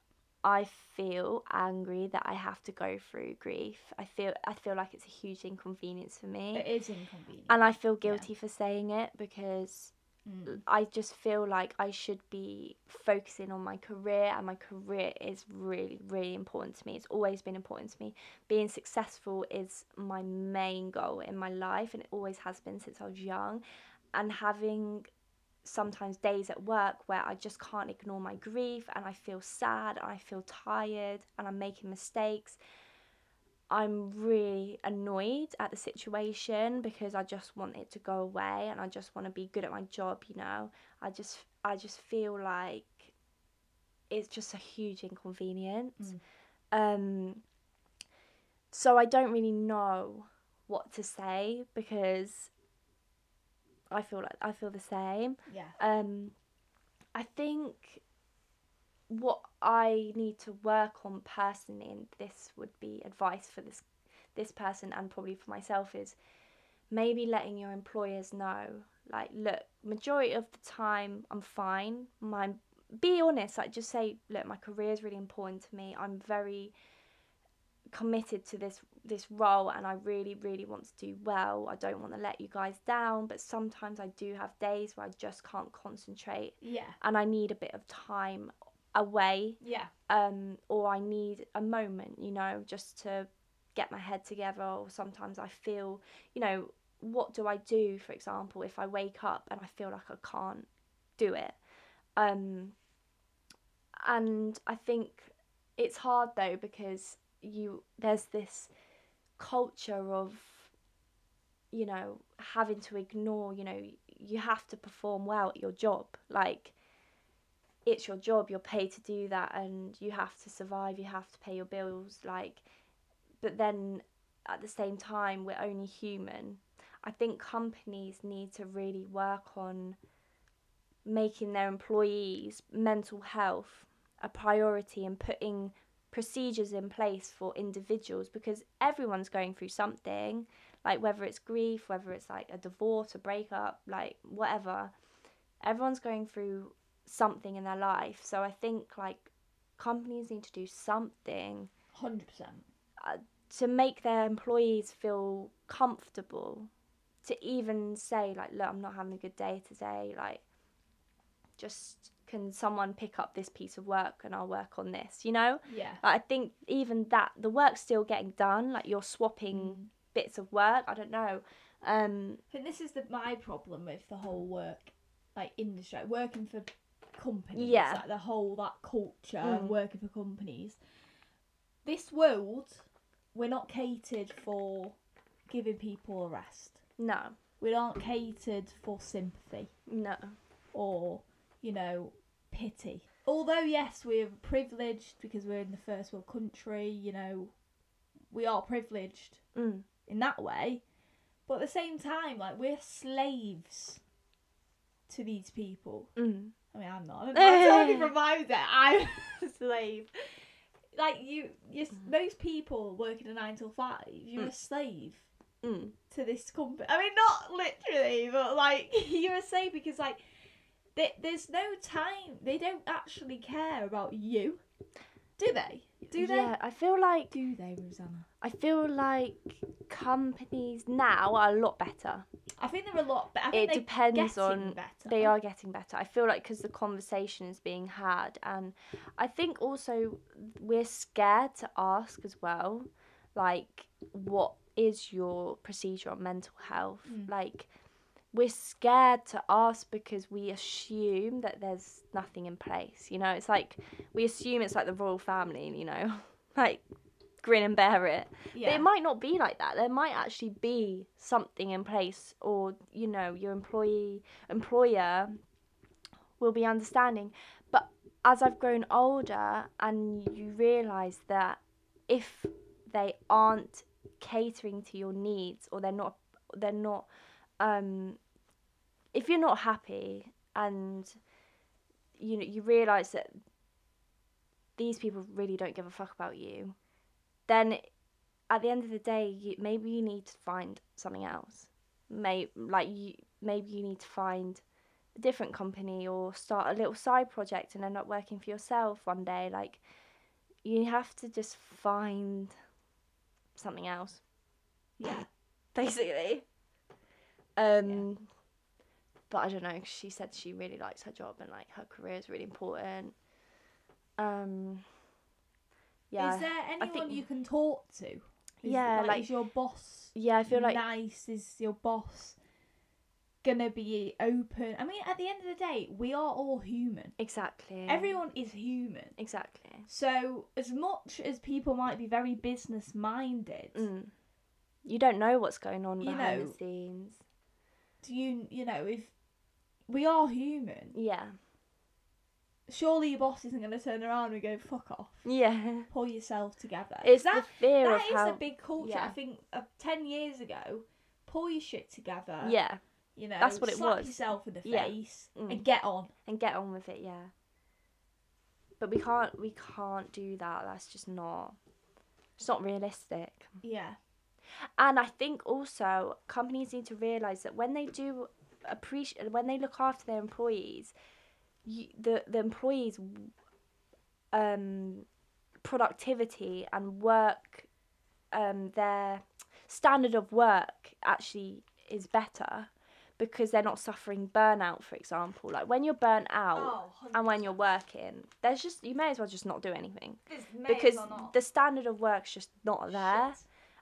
[SPEAKER 2] I feel angry that I have to go through grief. I feel I feel like it's a huge inconvenience for me.
[SPEAKER 1] It is inconvenient.
[SPEAKER 2] and I feel guilty for saying it because
[SPEAKER 1] Mm.
[SPEAKER 2] I just feel like I should be focusing on my career, and my career is really, really important to me. It's always been important to me. Being successful is my main goal in my life, and it always has been since I was young. And having sometimes days at work where I just can't ignore my grief, and I feel sad, and I feel tired, and I'm making mistakes. I'm really annoyed at the situation because I just want it to go away and I just want to be good at my job, you know. I just I just feel like it's just a huge inconvenience. Um so I don't really know what to say because I feel like I feel the same
[SPEAKER 1] Yeah.
[SPEAKER 2] um i think what i need to work on personally and this would be advice for this this person and probably for myself is maybe letting your employers know like look majority of the time i'm fine my be honest like just say look my career is really important to me i'm very committed to this this role and I really really want to do well. I don't want to let you guys down, but sometimes I do have days where I just can't concentrate
[SPEAKER 1] Yeah.
[SPEAKER 2] and I need a bit of time away
[SPEAKER 1] Yeah.
[SPEAKER 2] um or I need a moment, you know, just to get my head together or sometimes I feel, you know, what do I do for example if I wake up and I feel like I can't do it. Um and I think it's hard though because you there's this culture of you know having to ignore you know you have to perform well at your job like it's your job you're paid to do that and you have to survive you have to pay your bills like but then at the same time we're only human i think companies need to really work on making their employees mental health a priority and putting procedures in place for individuals because everyone's going through something like whether it's grief whether it's like a divorce a breakup like whatever everyone's going through something in their life so i think like companies need to do something
[SPEAKER 1] Hundred percent.
[SPEAKER 2] to make their employees feel comfortable to even say like look i'm not having a good day today like just can someone pick up this piece of work and i'll work on this you know
[SPEAKER 1] Yeah.
[SPEAKER 2] like, i think even that the work's still getting done like you're swapping
[SPEAKER 1] Mm.
[SPEAKER 2] bits of work i don't know um
[SPEAKER 1] I think this is the my problem with the whole work like industry, like, working for companies.
[SPEAKER 2] Yeah.
[SPEAKER 1] Like the whole that culture
[SPEAKER 2] Mm.
[SPEAKER 1] of working for companies. This world, we're not catered for giving people a rest.
[SPEAKER 2] no
[SPEAKER 1] We aren't catered for sympathy
[SPEAKER 2] no
[SPEAKER 1] or, you know, pity. Although yes, we're privileged because we're in the first world country, you know, we are privileged
[SPEAKER 2] mm.
[SPEAKER 1] in that way. But at the same time, like we're slaves to these people.
[SPEAKER 2] Mm.
[SPEAKER 1] I mean, I'm not. I'm not talking from my day. I'm a slave like you, you s most people working a nine till five, you're a slave
[SPEAKER 2] Mm.
[SPEAKER 1] to this company. I mean, not literally, but like you're a slave because like they, there's no time. They don't actually care about you, do they? Do they?
[SPEAKER 2] Yeah, I feel like
[SPEAKER 1] Do they, Rosanna?
[SPEAKER 2] I feel like companies now are a lot better.
[SPEAKER 1] I think they're a lot. But I think
[SPEAKER 2] It
[SPEAKER 1] they're
[SPEAKER 2] depends
[SPEAKER 1] getting
[SPEAKER 2] on
[SPEAKER 1] better.
[SPEAKER 2] they are getting better. I feel like because the conversation is being had, and I think also we're scared to ask as well, like what is your procedure on mental health?
[SPEAKER 1] Mm.
[SPEAKER 2] Like we're scared to ask because we assume that there's nothing in place. You know, it's like we assume it's like the royal family. You know, like grin and bear it. But
[SPEAKER 1] Yeah.
[SPEAKER 2] it might not be like that. There might actually be something in place, or you know, your employee employer will be understanding. But as I've grown older, and you realise that if they aren't catering to your needs, or they're not, they're not, um, if you're not happy, and you know, you realise that these people really don't give a fuck about you, then at the end of the day, you, maybe you need to find something else. May like you, maybe you need to find a different company or start a little side project and end up working for yourself one day. Like you have to just find something else,
[SPEAKER 1] yeah.
[SPEAKER 2] basically. Um, but I don't know. 'cause She said she really likes her job and like her career is really important. Um, yeah,
[SPEAKER 1] Is there anyone
[SPEAKER 2] think-
[SPEAKER 1] you can talk to? Is,
[SPEAKER 2] Yeah, like-
[SPEAKER 1] is your boss
[SPEAKER 2] yeah. I feel like
[SPEAKER 1] nice? Is your boss gonna be open? I mean, at the end of the day, we are all human.
[SPEAKER 2] exactly
[SPEAKER 1] Everyone is human.
[SPEAKER 2] exactly.
[SPEAKER 1] So as much as people might be very business minded,
[SPEAKER 2] Mm. You don't know what's going on
[SPEAKER 1] You
[SPEAKER 2] behind
[SPEAKER 1] know.
[SPEAKER 2] the scenes.
[SPEAKER 1] do you you know if we are human,
[SPEAKER 2] Yeah.
[SPEAKER 1] surely your boss isn't gonna turn around and go fuck off.
[SPEAKER 2] Yeah.
[SPEAKER 1] Pull yourself together.
[SPEAKER 2] It's
[SPEAKER 1] that
[SPEAKER 2] the fear
[SPEAKER 1] that
[SPEAKER 2] of
[SPEAKER 1] is
[SPEAKER 2] how.
[SPEAKER 1] a big culture.
[SPEAKER 2] yeah.
[SPEAKER 1] I think uh, ten years ago, pull your shit together.
[SPEAKER 2] yeah.
[SPEAKER 1] You know,
[SPEAKER 2] That's what it
[SPEAKER 1] slap
[SPEAKER 2] was.
[SPEAKER 1] yourself in the
[SPEAKER 2] Yeah.
[SPEAKER 1] face
[SPEAKER 2] Mm.
[SPEAKER 1] and get on.
[SPEAKER 2] And get on with it. Yeah. But we can't. We can't do that. That's just not. It's not realistic.
[SPEAKER 1] Yeah.
[SPEAKER 2] And I think also companies need to realize that when they do appreciate when they look after their employees, you, the the employees um productivity and work um their standard of work actually is better because they're not suffering burnout for example like when you're burnt out
[SPEAKER 1] Oh,
[SPEAKER 2] and when you're working there's just you may as well just not do anything because the standard of work's just not there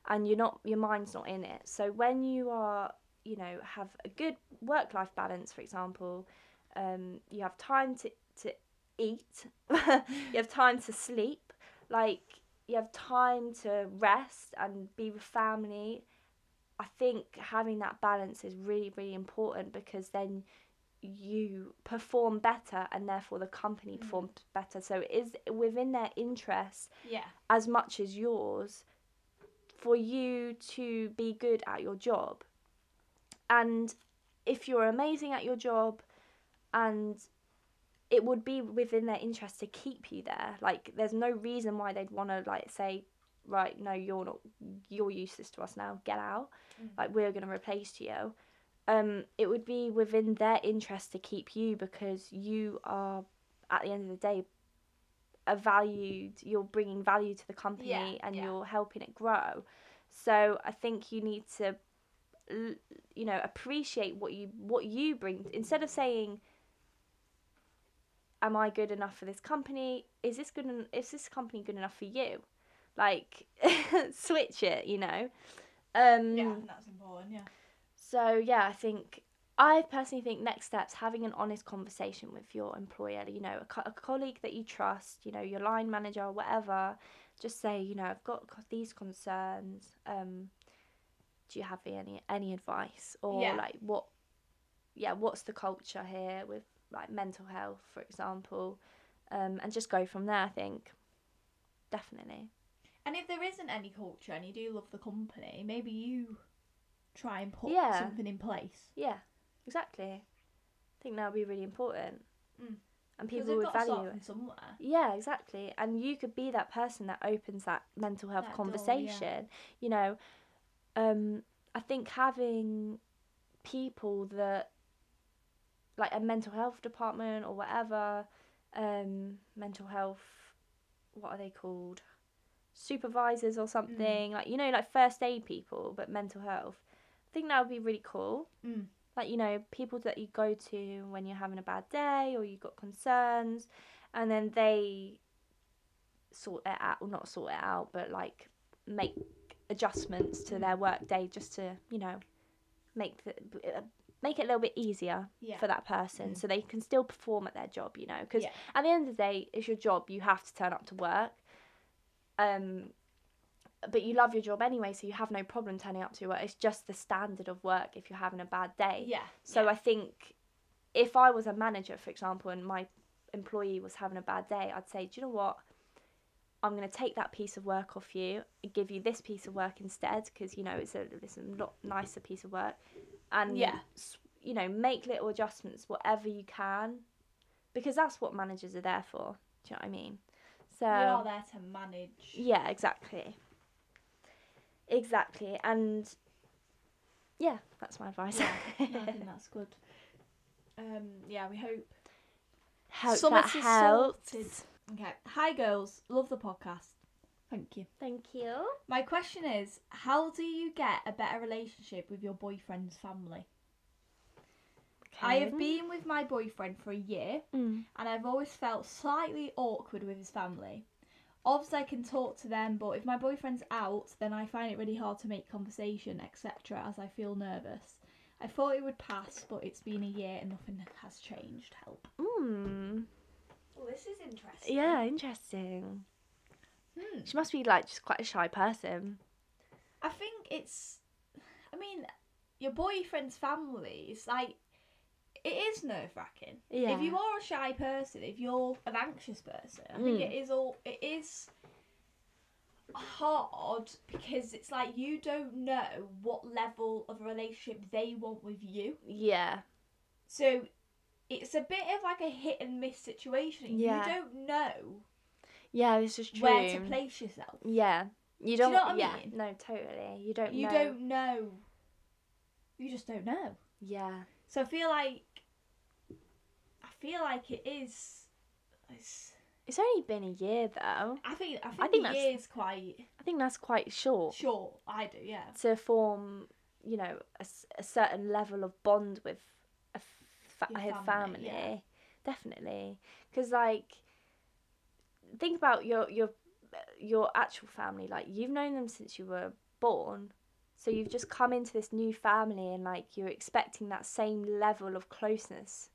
[SPEAKER 2] and you're not your mind's not in it so when you are you know have a good work life balance for example um, you have time to, to eat you have time to sleep like you have time to rest and be with family i think having that balance is really really important because then you perform better and therefore the company
[SPEAKER 1] Mm.
[SPEAKER 2] performs better so it is within their interest
[SPEAKER 1] yeah
[SPEAKER 2] as much as yours for you to be good at your job. And if you're amazing at your job and it would be within their interest to keep you there. Like there's no reason why they'd want to like say right no you're not you're useless to us now. Get out.
[SPEAKER 1] Mm.
[SPEAKER 2] Like we're going to replace you. Um it would be within their interest to keep you because you are at the end of the day a valued you're bringing value to the company
[SPEAKER 1] Yeah,
[SPEAKER 2] and
[SPEAKER 1] yeah.
[SPEAKER 2] you're helping it grow so i think you need to l- you know appreciate what you what you bring instead of saying am i good enough for this company is this good en- is this company good enough for you like switch it you know um
[SPEAKER 1] yeah that's important yeah
[SPEAKER 2] so yeah, I think I personally think next steps having an honest conversation with your employer. You know, a, co- a colleague that you trust. You know, your line manager, whatever. Just say, you know, I've got co- these concerns. Um, do you have any any advice or
[SPEAKER 1] Yeah.
[SPEAKER 2] like what? Yeah, what's the culture here with like mental health, for example, um, and just go from there. I think definitely.
[SPEAKER 1] and if there isn't any culture and you do love the company maybe you try and put
[SPEAKER 2] Yeah.
[SPEAKER 1] something in place
[SPEAKER 2] Yeah, exactly. I think that would be really important.
[SPEAKER 1] Mm.
[SPEAKER 2] and
[SPEAKER 1] Because
[SPEAKER 2] people
[SPEAKER 1] they've
[SPEAKER 2] would
[SPEAKER 1] got to
[SPEAKER 2] value
[SPEAKER 1] start
[SPEAKER 2] it.
[SPEAKER 1] from somewhere.
[SPEAKER 2] Yeah, exactly. And you could be that person that opens that mental health
[SPEAKER 1] That door, yeah.
[SPEAKER 2] conversation. You know, um, I think having people that, like a mental health department or whatever, um, mental health, what are they called? Supervisors or something. Like, you know, like first aid people, but mental health. I think that would be really cool.
[SPEAKER 1] Mm.
[SPEAKER 2] Like, you know, people that you go to when you're having a bad day or you've got concerns and then they sort it out well not sort it out but like make adjustments to their work day just to you know make the uh, make it a little bit easier
[SPEAKER 1] Yeah.
[SPEAKER 2] for that person
[SPEAKER 1] Mm.
[SPEAKER 2] so they can still perform at their job you know because
[SPEAKER 1] Yeah.
[SPEAKER 2] at the end of the day it's your job you have to turn up to work um but you love your job anyway so you have no problem turning up to work it's just the standard of work if you're having a bad day
[SPEAKER 1] Yeah.
[SPEAKER 2] so
[SPEAKER 1] yeah.
[SPEAKER 2] I think if I was a manager, for example, and my employee was having a bad day, I'd say, do you know what? I'm going to take that piece of work off you, give you this piece of work instead, because you know it's a it's a lot nicer piece of work, and
[SPEAKER 1] Yeah.
[SPEAKER 2] s- you know make little adjustments whatever you can, because that's what managers are there for. Do you know what I mean? So
[SPEAKER 1] we are there to manage.
[SPEAKER 2] yeah, exactly. Exactly, and yeah, that's my advice.
[SPEAKER 1] Yeah, no, I think that's good. Um, yeah, we hope.
[SPEAKER 2] Hope
[SPEAKER 1] Some
[SPEAKER 2] that
[SPEAKER 1] of us are
[SPEAKER 2] helps.
[SPEAKER 1] sorted. Okay. Hi, girls. Love the podcast. Thank you.
[SPEAKER 2] Thank you.
[SPEAKER 1] My question is how do you get a better relationship with your boyfriend's family? I have been with my boyfriend for a year
[SPEAKER 2] Mm.
[SPEAKER 1] and I've always felt slightly awkward with his family. Obviously, I can talk to them, but if my boyfriend's out, then I find it really hard to make conversation, etc., as I feel nervous. I thought it would pass, but it's been a year and nothing has changed. Help. Hmm.
[SPEAKER 2] Mm.
[SPEAKER 1] Well, this is interesting.
[SPEAKER 2] Yeah, interesting.
[SPEAKER 1] Hmm.
[SPEAKER 2] She must be like just quite a shy person.
[SPEAKER 1] I think it's. I mean, your boyfriend's family is like. It is nerve wracking.
[SPEAKER 2] Yeah.
[SPEAKER 1] If you are a shy person, if you're an anxious person, I think
[SPEAKER 2] Mm.
[SPEAKER 1] it is all. It is hard because it's like you don't know what level of relationship they want with you.
[SPEAKER 2] Yeah.
[SPEAKER 1] So it's a bit of like a hit and miss situation.
[SPEAKER 2] Yeah.
[SPEAKER 1] You don't know
[SPEAKER 2] Yeah, this is true.
[SPEAKER 1] where to place yourself.
[SPEAKER 2] Yeah. You
[SPEAKER 1] Do you
[SPEAKER 2] don't.
[SPEAKER 1] know what I
[SPEAKER 2] yeah.
[SPEAKER 1] mean?
[SPEAKER 2] No, totally. You don't.
[SPEAKER 1] You
[SPEAKER 2] know.
[SPEAKER 1] don't know. You just don't know.
[SPEAKER 2] Yeah.
[SPEAKER 1] So I feel like I feel like it is. It's,
[SPEAKER 2] It's only been a year though.
[SPEAKER 1] I think I think,
[SPEAKER 2] think
[SPEAKER 1] the
[SPEAKER 2] that's-
[SPEAKER 1] year is quite
[SPEAKER 2] I think that's quite short
[SPEAKER 1] short. I do, yeah.
[SPEAKER 2] to form, you know, a, s- a certain level of bond with a fa-
[SPEAKER 1] Your
[SPEAKER 2] her
[SPEAKER 1] family,
[SPEAKER 2] family.
[SPEAKER 1] yeah.
[SPEAKER 2] Definitely, because like, think about your your your actual family. Like you've known them since you were born, so you've just come into this new family, and like you're expecting that same level of closeness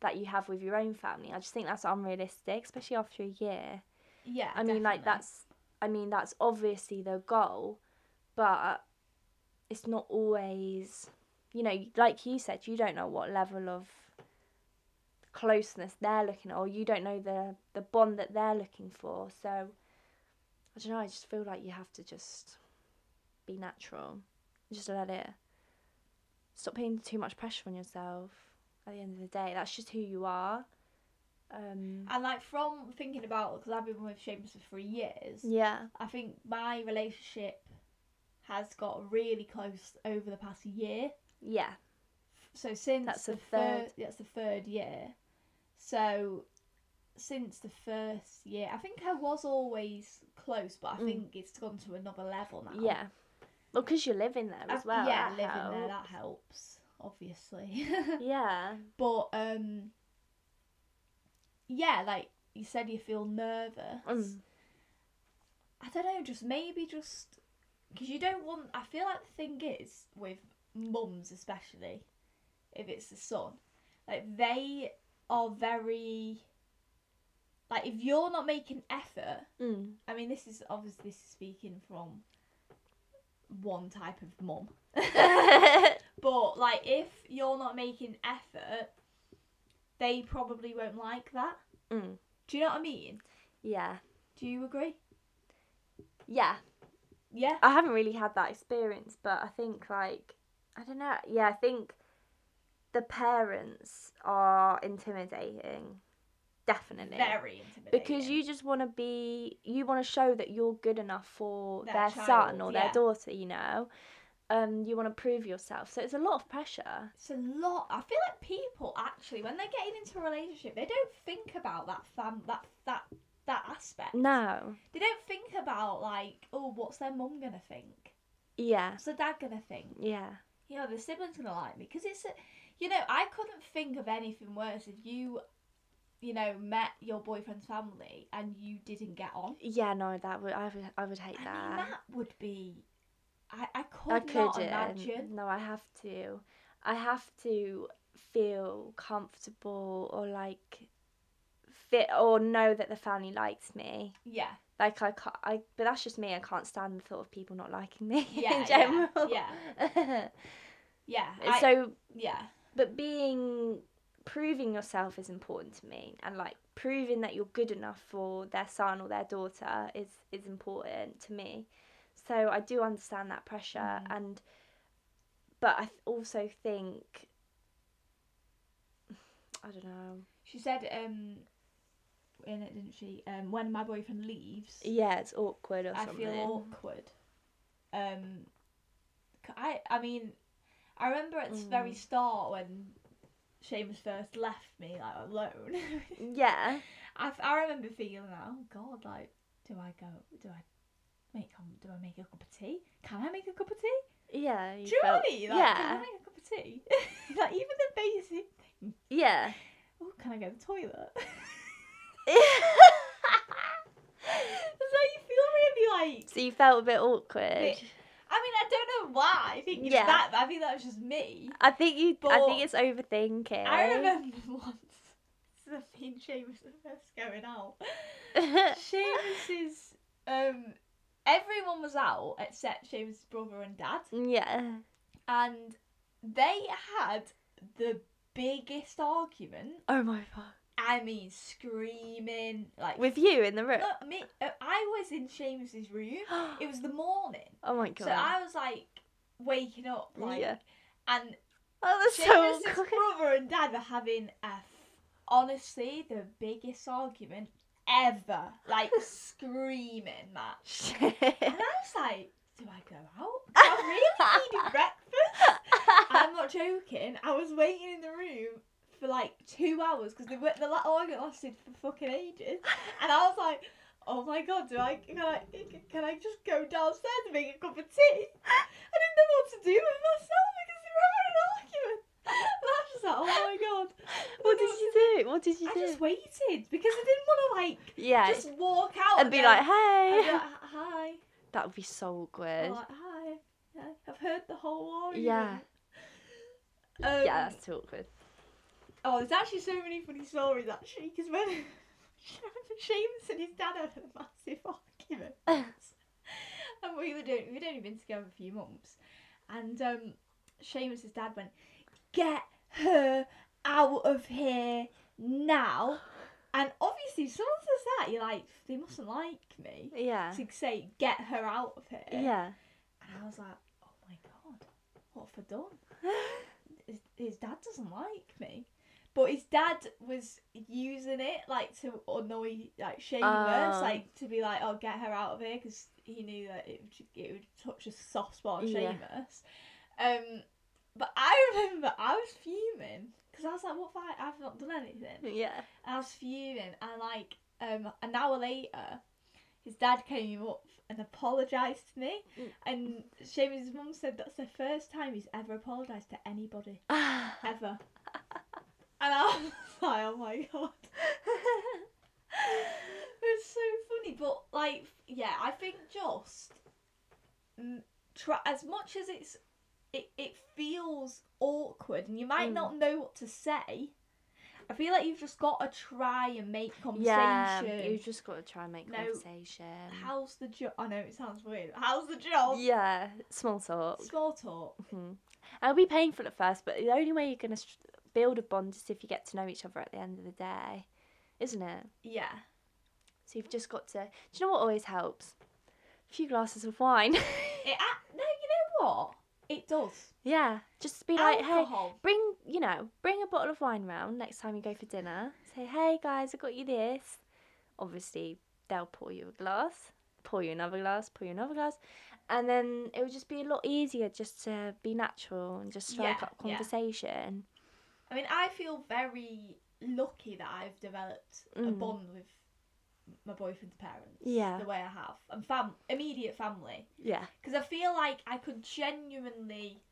[SPEAKER 2] that you have with your own family. I just think that's unrealistic, especially after a year.
[SPEAKER 1] Yeah.
[SPEAKER 2] I mean, like
[SPEAKER 1] definitely.
[SPEAKER 2] that's. I mean, that's obviously the goal, but it's not always. You know, like you said, you don't know what level of closeness they're looking, or you don't know the the bond that they're looking for. So, I don't know. I just feel like you have to just be natural, just let it. Stop putting too much pressure on yourself. At the end of the day, that's just who you are. Um,
[SPEAKER 1] And like from thinking about because I've been with Seamus for three years,
[SPEAKER 2] yeah.
[SPEAKER 1] I think my relationship has got really close over the past year.
[SPEAKER 2] Yeah.
[SPEAKER 1] So since
[SPEAKER 2] That's the
[SPEAKER 1] third,
[SPEAKER 2] third.
[SPEAKER 1] that's the third year. So since the first year, I think I was always close, but I
[SPEAKER 2] Mm.
[SPEAKER 1] think it's gone to another level now.
[SPEAKER 2] Yeah. Well, because you're living there as
[SPEAKER 1] Uh,
[SPEAKER 2] well.
[SPEAKER 1] Yeah,
[SPEAKER 2] that
[SPEAKER 1] living there
[SPEAKER 2] helps.
[SPEAKER 1] that helps, obviously.
[SPEAKER 2] Yeah.
[SPEAKER 1] but um, yeah, like you said, you feel nervous.
[SPEAKER 2] Mm.
[SPEAKER 1] I don't know, just maybe just because you don't want. I feel like the thing is with mums, especially if it's the son, like they are very like if you're not making effort.
[SPEAKER 2] Mm.
[SPEAKER 1] I mean, this is obviously this is speaking from one type of mum.
[SPEAKER 2] Mm.
[SPEAKER 1] But like, if you're not making effort, they probably won't like that.
[SPEAKER 2] Mm.
[SPEAKER 1] Do you know what I mean?
[SPEAKER 2] Yeah.
[SPEAKER 1] Do you agree?
[SPEAKER 2] Yeah.
[SPEAKER 1] Yeah.
[SPEAKER 2] I haven't really had that experience, but I think like I don't know. Yeah, I think the parents are intimidating definitely
[SPEAKER 1] very intimidating.
[SPEAKER 2] because you just want to be you want to show that you're good enough for
[SPEAKER 1] Their
[SPEAKER 2] their, son
[SPEAKER 1] child,
[SPEAKER 2] or
[SPEAKER 1] yeah.
[SPEAKER 2] their daughter you know um you want to prove yourself so it's a lot of pressure
[SPEAKER 1] It's a lot. I feel like people actually, when they're getting into a relationship, they don't think about that fam that that that aspect.
[SPEAKER 2] no
[SPEAKER 1] They don't think about like, oh, what's their mum gonna think?
[SPEAKER 2] yeah
[SPEAKER 1] What's their dad gonna think?
[SPEAKER 2] yeah
[SPEAKER 1] You know, the siblings gonna like me because it's a, you know, I couldn't think of anything worse if you, you know, met your boyfriend's family and you didn't get on.
[SPEAKER 2] yeah no that would i would, I would hate
[SPEAKER 1] I mean,
[SPEAKER 2] that
[SPEAKER 1] that would be. I, I could
[SPEAKER 2] I
[SPEAKER 1] not
[SPEAKER 2] couldn't.
[SPEAKER 1] imagine.
[SPEAKER 2] No, I have to. I have to feel comfortable or like fit or know that the family likes me.
[SPEAKER 1] Yeah,
[SPEAKER 2] Like I can't. I but that's just me. I can't stand the thought of people not liking me
[SPEAKER 1] yeah,
[SPEAKER 2] in general.
[SPEAKER 1] yeah, yeah.
[SPEAKER 2] And
[SPEAKER 1] I-
[SPEAKER 2] so,
[SPEAKER 1] yeah,
[SPEAKER 2] but being proving yourself is important to me, and like proving that you're good enough for their son or their daughter is is important to me. So I do understand that pressure,
[SPEAKER 1] Mhm.
[SPEAKER 2] and but I th- also think I don't know.
[SPEAKER 1] She said um in it, didn't she? Um when my boyfriend leaves
[SPEAKER 2] Yeah, it's awkward or
[SPEAKER 1] I
[SPEAKER 2] something.
[SPEAKER 1] feel awkward. Um c- I I mean I remember at the very
[SPEAKER 2] Mm.
[SPEAKER 1] start when Seamus first left me like alone.
[SPEAKER 2] Yeah,
[SPEAKER 1] I, f- I remember feeling like, oh god, like do I go do I make um, do I make a cup of tea? Can I make a cup of tea?
[SPEAKER 2] yeah. you
[SPEAKER 1] do you know what
[SPEAKER 2] felt-
[SPEAKER 1] I mean? Like, Can I
[SPEAKER 2] yeah,
[SPEAKER 1] make a cup of tea? like even the basic thing.
[SPEAKER 2] yeah.
[SPEAKER 1] Oh, can I go to the toilet? That's how you feel really like.
[SPEAKER 2] so you felt a bit awkward.
[SPEAKER 1] I mean, I don't know why. I think it's
[SPEAKER 2] Yeah.
[SPEAKER 1] that. I think that was just me.
[SPEAKER 2] I think you. I
[SPEAKER 1] But-
[SPEAKER 2] think it's overthinking.
[SPEAKER 1] I remember once the thing Seamus was first going out. Seamus's um, everyone was out except Seamus's brother and dad,
[SPEAKER 2] yeah.
[SPEAKER 1] and they had the biggest argument.
[SPEAKER 2] Oh my god.
[SPEAKER 1] I mean, screaming like
[SPEAKER 2] With you in the room.
[SPEAKER 1] No, me. uh, I was in Seamus's room. It was the morning.
[SPEAKER 2] oh my god.
[SPEAKER 1] So I was like waking up, like,
[SPEAKER 2] Yeah.
[SPEAKER 1] and
[SPEAKER 2] oh, that's so
[SPEAKER 1] Seamus'
[SPEAKER 2] awkward.
[SPEAKER 1] brother and dad were having a f- honestly the biggest argument ever, like screaming match. And I
[SPEAKER 2] Shit.
[SPEAKER 1] was like, do I go out? I really needed breakfast. I'm not joking. I was waiting in the room for like two hours because the the la- oh, argument lasted for fucking ages, and I was like. Oh my god, do I can, I can I just go downstairs and make a cup of tea? I didn't know what to do with myself because they were having an argument. And I was just like, oh my god.
[SPEAKER 2] what did you do? What did you
[SPEAKER 1] I
[SPEAKER 2] do?
[SPEAKER 1] just waited because I didn't want to like
[SPEAKER 2] yeah.
[SPEAKER 1] just walk out
[SPEAKER 2] and be
[SPEAKER 1] then-
[SPEAKER 2] like,
[SPEAKER 1] and be
[SPEAKER 2] hey.
[SPEAKER 1] like, hi.
[SPEAKER 2] That would be so
[SPEAKER 1] I'm
[SPEAKER 2] awkward.
[SPEAKER 1] like, hi. Yeah, I've heard the whole argument.
[SPEAKER 2] Yeah.
[SPEAKER 1] Um,
[SPEAKER 2] yeah, that's too awkward.
[SPEAKER 1] Oh, there's actually so many funny stories actually because when Seamus and his dad had a massive argument, and we were doing we'd only been together a few months, and um, Seamus's dad went, "Get her out of here now," and obviously, someone says that you're like, they mustn't like me
[SPEAKER 2] Yeah.
[SPEAKER 1] to say, "Get her out of here."
[SPEAKER 2] Yeah.
[SPEAKER 1] And I was like, oh my god, what have I done? His, his dad doesn't like me. But his dad was using it like to annoy like Seamus,
[SPEAKER 2] Oh.
[SPEAKER 1] like to be like, "Oh, get her out of here," because he knew that it would, it would touch a soft spot on
[SPEAKER 2] Yeah.
[SPEAKER 1] Seamus. Um, but I remember I was fuming because I was like, "What? If I, I've not done anything."
[SPEAKER 2] Yeah.
[SPEAKER 1] And I was fuming, and like um, an hour later, his dad came up and apologised to me.
[SPEAKER 2] Mm.
[SPEAKER 1] And Seamus' mum said that's the first time he's ever apologised to anybody, ever. and I was like, oh my god. it was so funny, but like, yeah, I think just mm, try as much as it's it, it feels awkward and you might
[SPEAKER 2] Mm.
[SPEAKER 1] not know what to say. I feel like you've just got to try and make conversation.
[SPEAKER 2] yeah. You just got to try and make
[SPEAKER 1] No.
[SPEAKER 2] conversation.
[SPEAKER 1] How's the job? I know it sounds weird. How's the job?
[SPEAKER 2] Yeah. Small talk.
[SPEAKER 1] Small talk.
[SPEAKER 2] Mhm. It'll be painful at first, but the only way you're going to st- build a bond is if you get to know each other at the end of the day, isn't it?
[SPEAKER 1] Yeah.
[SPEAKER 2] So you've just got to. Do you know what always helps? A few glasses of wine.
[SPEAKER 1] It, ac- no, you know what? It does.
[SPEAKER 2] yeah, just be like, hey,
[SPEAKER 1] Alcohol.
[SPEAKER 2] bring you know, bring a bottle of wine round next time you go for dinner. say, hey guys, I got you this. Obviously, they'll pour you a glass, pour you another glass, pour you another glass. And then it would just be a lot easier just to be natural and just strike
[SPEAKER 1] Yeah,
[SPEAKER 2] up
[SPEAKER 1] yeah.
[SPEAKER 2] conversation.
[SPEAKER 1] I mean, I feel very lucky that I've developed a
[SPEAKER 2] Mm.
[SPEAKER 1] bond with my boyfriend's parents.
[SPEAKER 2] Yeah.
[SPEAKER 1] The way I have. And fam- immediate family.
[SPEAKER 2] Yeah.
[SPEAKER 1] Because I feel like I could genuinely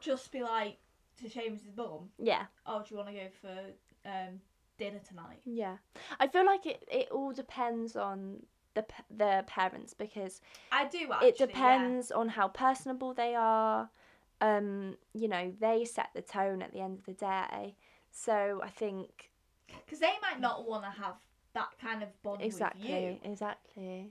[SPEAKER 1] just be like to Seamus' mum,
[SPEAKER 2] Yeah.
[SPEAKER 1] oh, do you want to go for um, dinner tonight?
[SPEAKER 2] Yeah. I feel like it, it all depends on the, p- the parents because
[SPEAKER 1] I do actually.
[SPEAKER 2] it depends on how personable they are. Um, you know, they set the tone at the end of the day. So I think
[SPEAKER 1] Because they might not want to have that kind of bond with you.
[SPEAKER 2] exactly, exactly.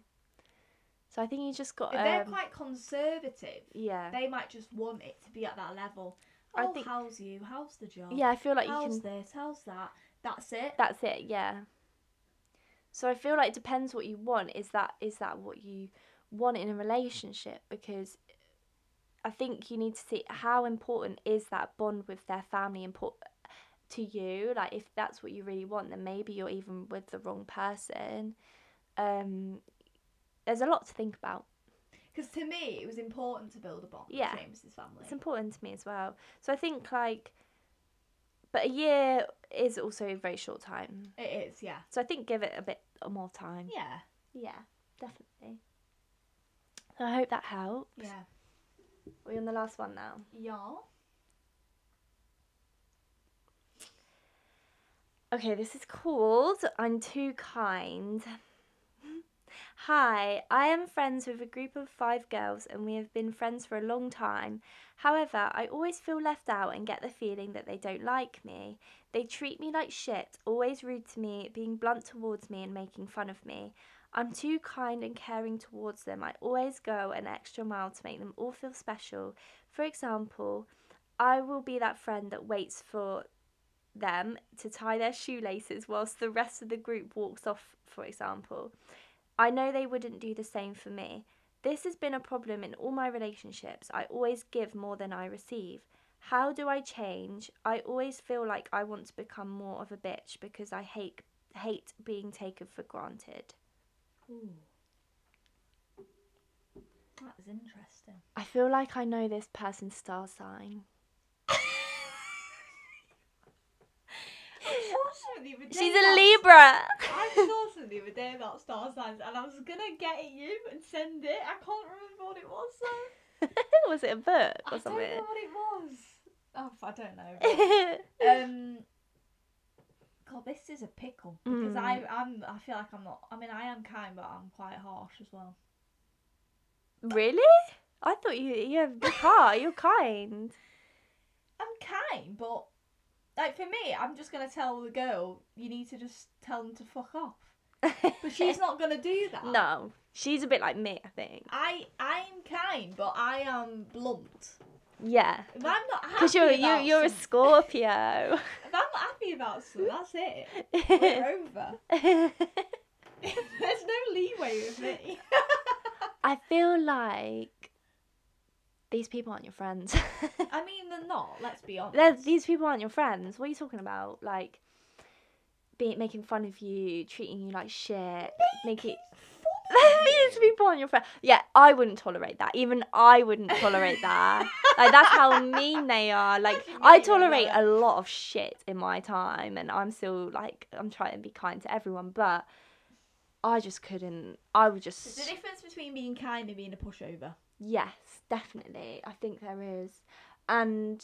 [SPEAKER 2] So I think you just got.
[SPEAKER 1] If they're
[SPEAKER 2] um,
[SPEAKER 1] quite conservative,
[SPEAKER 2] yeah,
[SPEAKER 1] they might just want it to be at that level.
[SPEAKER 2] I
[SPEAKER 1] Oh,
[SPEAKER 2] think-
[SPEAKER 1] how's you? How's the job?
[SPEAKER 2] yeah. I feel like you
[SPEAKER 1] how's
[SPEAKER 2] can.
[SPEAKER 1] this? How's that? That's it.
[SPEAKER 2] That's it. Yeah. So I feel like it depends what you want. Is that is that what you want in a relationship? Because I think you need to see how important is that bond with their family important to you. Like if that's what you really want, then maybe you're even with the wrong person. Um, there's a lot to think about.
[SPEAKER 1] Because to me, it was important to build a bond
[SPEAKER 2] Yeah.
[SPEAKER 1] with James's family.
[SPEAKER 2] It's important to me as well. So I think like, but a year is also a very short time.
[SPEAKER 1] It is, yeah.
[SPEAKER 2] So I think give it a bit more time.
[SPEAKER 1] Yeah,
[SPEAKER 2] Yeah, definitely. So I hope that helped.
[SPEAKER 1] yeah.
[SPEAKER 2] We're on the last one now.
[SPEAKER 1] Yeah.
[SPEAKER 2] Okay, this is called I'm Too Kind. Hi, I am friends with a group of five girls and we have been friends for a long time. However, I always feel left out and get the feeling that they don't like me. They treat me like shit, always rude to me, being blunt towards me and making fun of me. I'm too kind and caring towards them. I always go an extra mile to make them all feel special. For example, I will be that friend that waits for them to tie their shoelaces whilst the rest of the group walks off, for example. I know they wouldn't do the same for me. This has been a problem in all my relationships. I always give more than I receive. How do I change? I always feel like I want to become more of a bitch because I hate hate being taken for granted.
[SPEAKER 1] Ooh. That is interesting.
[SPEAKER 2] I feel like I know this person's star sign.
[SPEAKER 1] Unfortunately, the
[SPEAKER 2] She's
[SPEAKER 1] day
[SPEAKER 2] a
[SPEAKER 1] that-
[SPEAKER 2] Libra.
[SPEAKER 1] I saw something the other day about star signs, and I was gonna get it you and send it. I can't remember what it was though.
[SPEAKER 2] was it a book
[SPEAKER 1] I
[SPEAKER 2] or
[SPEAKER 1] don't know
[SPEAKER 2] something?
[SPEAKER 1] what it was. Oh, I don't know. um, God, this is a pickle because
[SPEAKER 2] Mm.
[SPEAKER 1] I, I'm, I feel like I'm not. I mean, I am kind, but I'm quite harsh as well.
[SPEAKER 2] Really? I thought you you have a car. You're kind.
[SPEAKER 1] I'm kind, but like for me, I'm just gonna tell the girl you need to just tell them to fuck off. But she's not gonna do that.
[SPEAKER 2] no. She's a bit like me, I think.
[SPEAKER 1] I I'm kind, but I am blunt.
[SPEAKER 2] Yeah.
[SPEAKER 1] If I'm not happy
[SPEAKER 2] Because you're you,
[SPEAKER 1] about
[SPEAKER 2] you're a
[SPEAKER 1] some-
[SPEAKER 2] Scorpio.
[SPEAKER 1] if I'm not happy about something, that's it. We're
[SPEAKER 2] I
[SPEAKER 1] over. There's no leeway with me.
[SPEAKER 2] feel like these people aren't your friends.
[SPEAKER 1] I mean, they're not. Let's be honest.
[SPEAKER 2] They're- these people aren't your friends. What are you talking about? Like, be making fun of you, treating you like shit, make it. these people aren't your friends. Yeah, I wouldn't tolerate that. Even I wouldn't tolerate that. like that's how mean they are. Like
[SPEAKER 1] That's
[SPEAKER 2] I
[SPEAKER 1] mean,
[SPEAKER 2] tolerate
[SPEAKER 1] yeah.
[SPEAKER 2] a lot of shit in my time, and I'm still like I'm trying to be kind to everyone, but I just couldn't. I would
[SPEAKER 1] There's a
[SPEAKER 2] just
[SPEAKER 1] difference between being kind and being a pushover.
[SPEAKER 2] yes, definitely. I think there is, and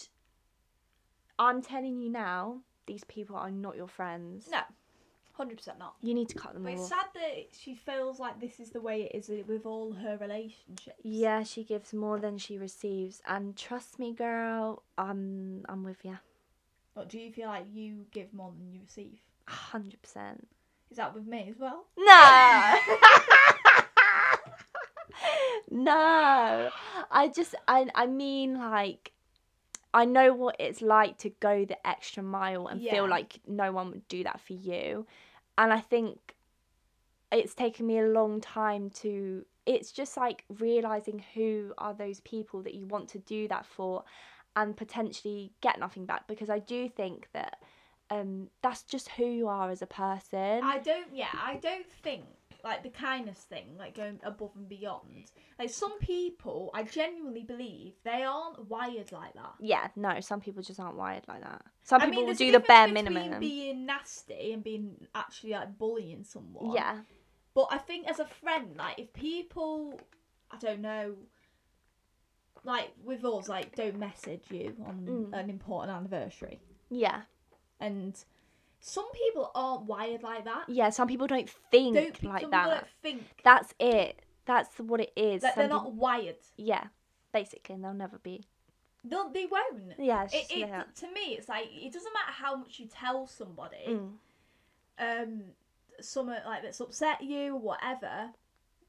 [SPEAKER 2] I'm telling you now, these people are not your friends.
[SPEAKER 1] No, hundred percent not.
[SPEAKER 2] You need to cut them
[SPEAKER 1] But it's
[SPEAKER 2] off.
[SPEAKER 1] sad that she feels like this is the way it is with all her relationships.
[SPEAKER 2] Yeah, she gives more than she receives, and trust me, girl, I'm I'm with you,
[SPEAKER 1] But do you feel like you give more than you receive?
[SPEAKER 2] hundred percent.
[SPEAKER 1] Is that with me as well?
[SPEAKER 2] No. no. I just I I mean like I know what it's like to go the extra mile and
[SPEAKER 1] Yeah.
[SPEAKER 2] feel like no one would do that for you. And I think it's taken me a long time to it's just like realizing who are those people that you want to do that for and potentially get nothing back because I do think that um, that's just who you are as a person.
[SPEAKER 1] I don't. Yeah, I don't think like the kindness thing, like going above and beyond. Like some people, I genuinely believe they aren't wired like that.
[SPEAKER 2] yeah, no, some people just aren't wired like that. Some people will
[SPEAKER 1] there's a
[SPEAKER 2] do the bare
[SPEAKER 1] difference Between
[SPEAKER 2] minimum.
[SPEAKER 1] being nasty and being actually like bullying someone.
[SPEAKER 2] yeah,
[SPEAKER 1] But I think as a friend, like if people, I don't know, like with us, like don't message you on
[SPEAKER 2] Mm.
[SPEAKER 1] an important anniversary,
[SPEAKER 2] yeah,
[SPEAKER 1] and some people aren't wired like that.
[SPEAKER 2] yeah. Some people don't think
[SPEAKER 1] Don't
[SPEAKER 2] like
[SPEAKER 1] some
[SPEAKER 2] that.
[SPEAKER 1] people don't think
[SPEAKER 2] That's it. That's what it is.
[SPEAKER 1] that
[SPEAKER 2] Some
[SPEAKER 1] they're not wired.
[SPEAKER 2] peop- yeah, basically, and they'll never be.
[SPEAKER 1] They'll, they won't.
[SPEAKER 2] Yeah, it's
[SPEAKER 1] It,
[SPEAKER 2] just,
[SPEAKER 1] it,
[SPEAKER 2] yeah.
[SPEAKER 1] To me, it's like it doesn't matter how much you tell somebody,
[SPEAKER 2] Mm.
[SPEAKER 1] um, something like that's upset you, or whatever.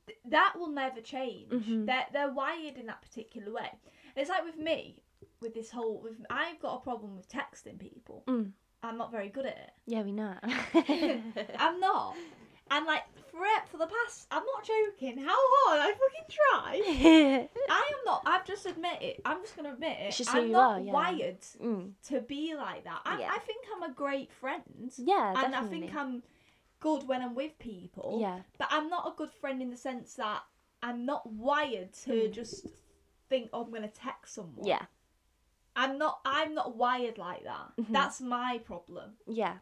[SPEAKER 1] th- That will never change.
[SPEAKER 2] Mhm.
[SPEAKER 1] They're they're wired in that particular way. And it's like with me, with this whole. With I've got a problem with texting people.
[SPEAKER 2] Mm.
[SPEAKER 1] I'm not very good at it.
[SPEAKER 2] Yeah, we know.
[SPEAKER 1] I'm not. And like for it, for the past, I'm not joking. How hard I fucking try.
[SPEAKER 2] Mm.
[SPEAKER 1] I am not. I've just admit it. I'm just gonna admit it.
[SPEAKER 2] It's just who
[SPEAKER 1] I'm
[SPEAKER 2] you
[SPEAKER 1] not
[SPEAKER 2] are, yeah.
[SPEAKER 1] wired
[SPEAKER 2] Mm.
[SPEAKER 1] to be like that. I,
[SPEAKER 2] Yeah.
[SPEAKER 1] I think I'm a great friend,
[SPEAKER 2] Yeah,
[SPEAKER 1] and
[SPEAKER 2] definitely.
[SPEAKER 1] I think I'm good when I'm with people.
[SPEAKER 2] yeah,
[SPEAKER 1] But I'm not a good friend in the sense that I'm not wired to
[SPEAKER 2] Mm.
[SPEAKER 1] just think oh, I'm gonna text someone.
[SPEAKER 2] yeah,
[SPEAKER 1] I'm not. I'm not wired like that.
[SPEAKER 2] Mhm.
[SPEAKER 1] That's my problem.
[SPEAKER 2] yeah,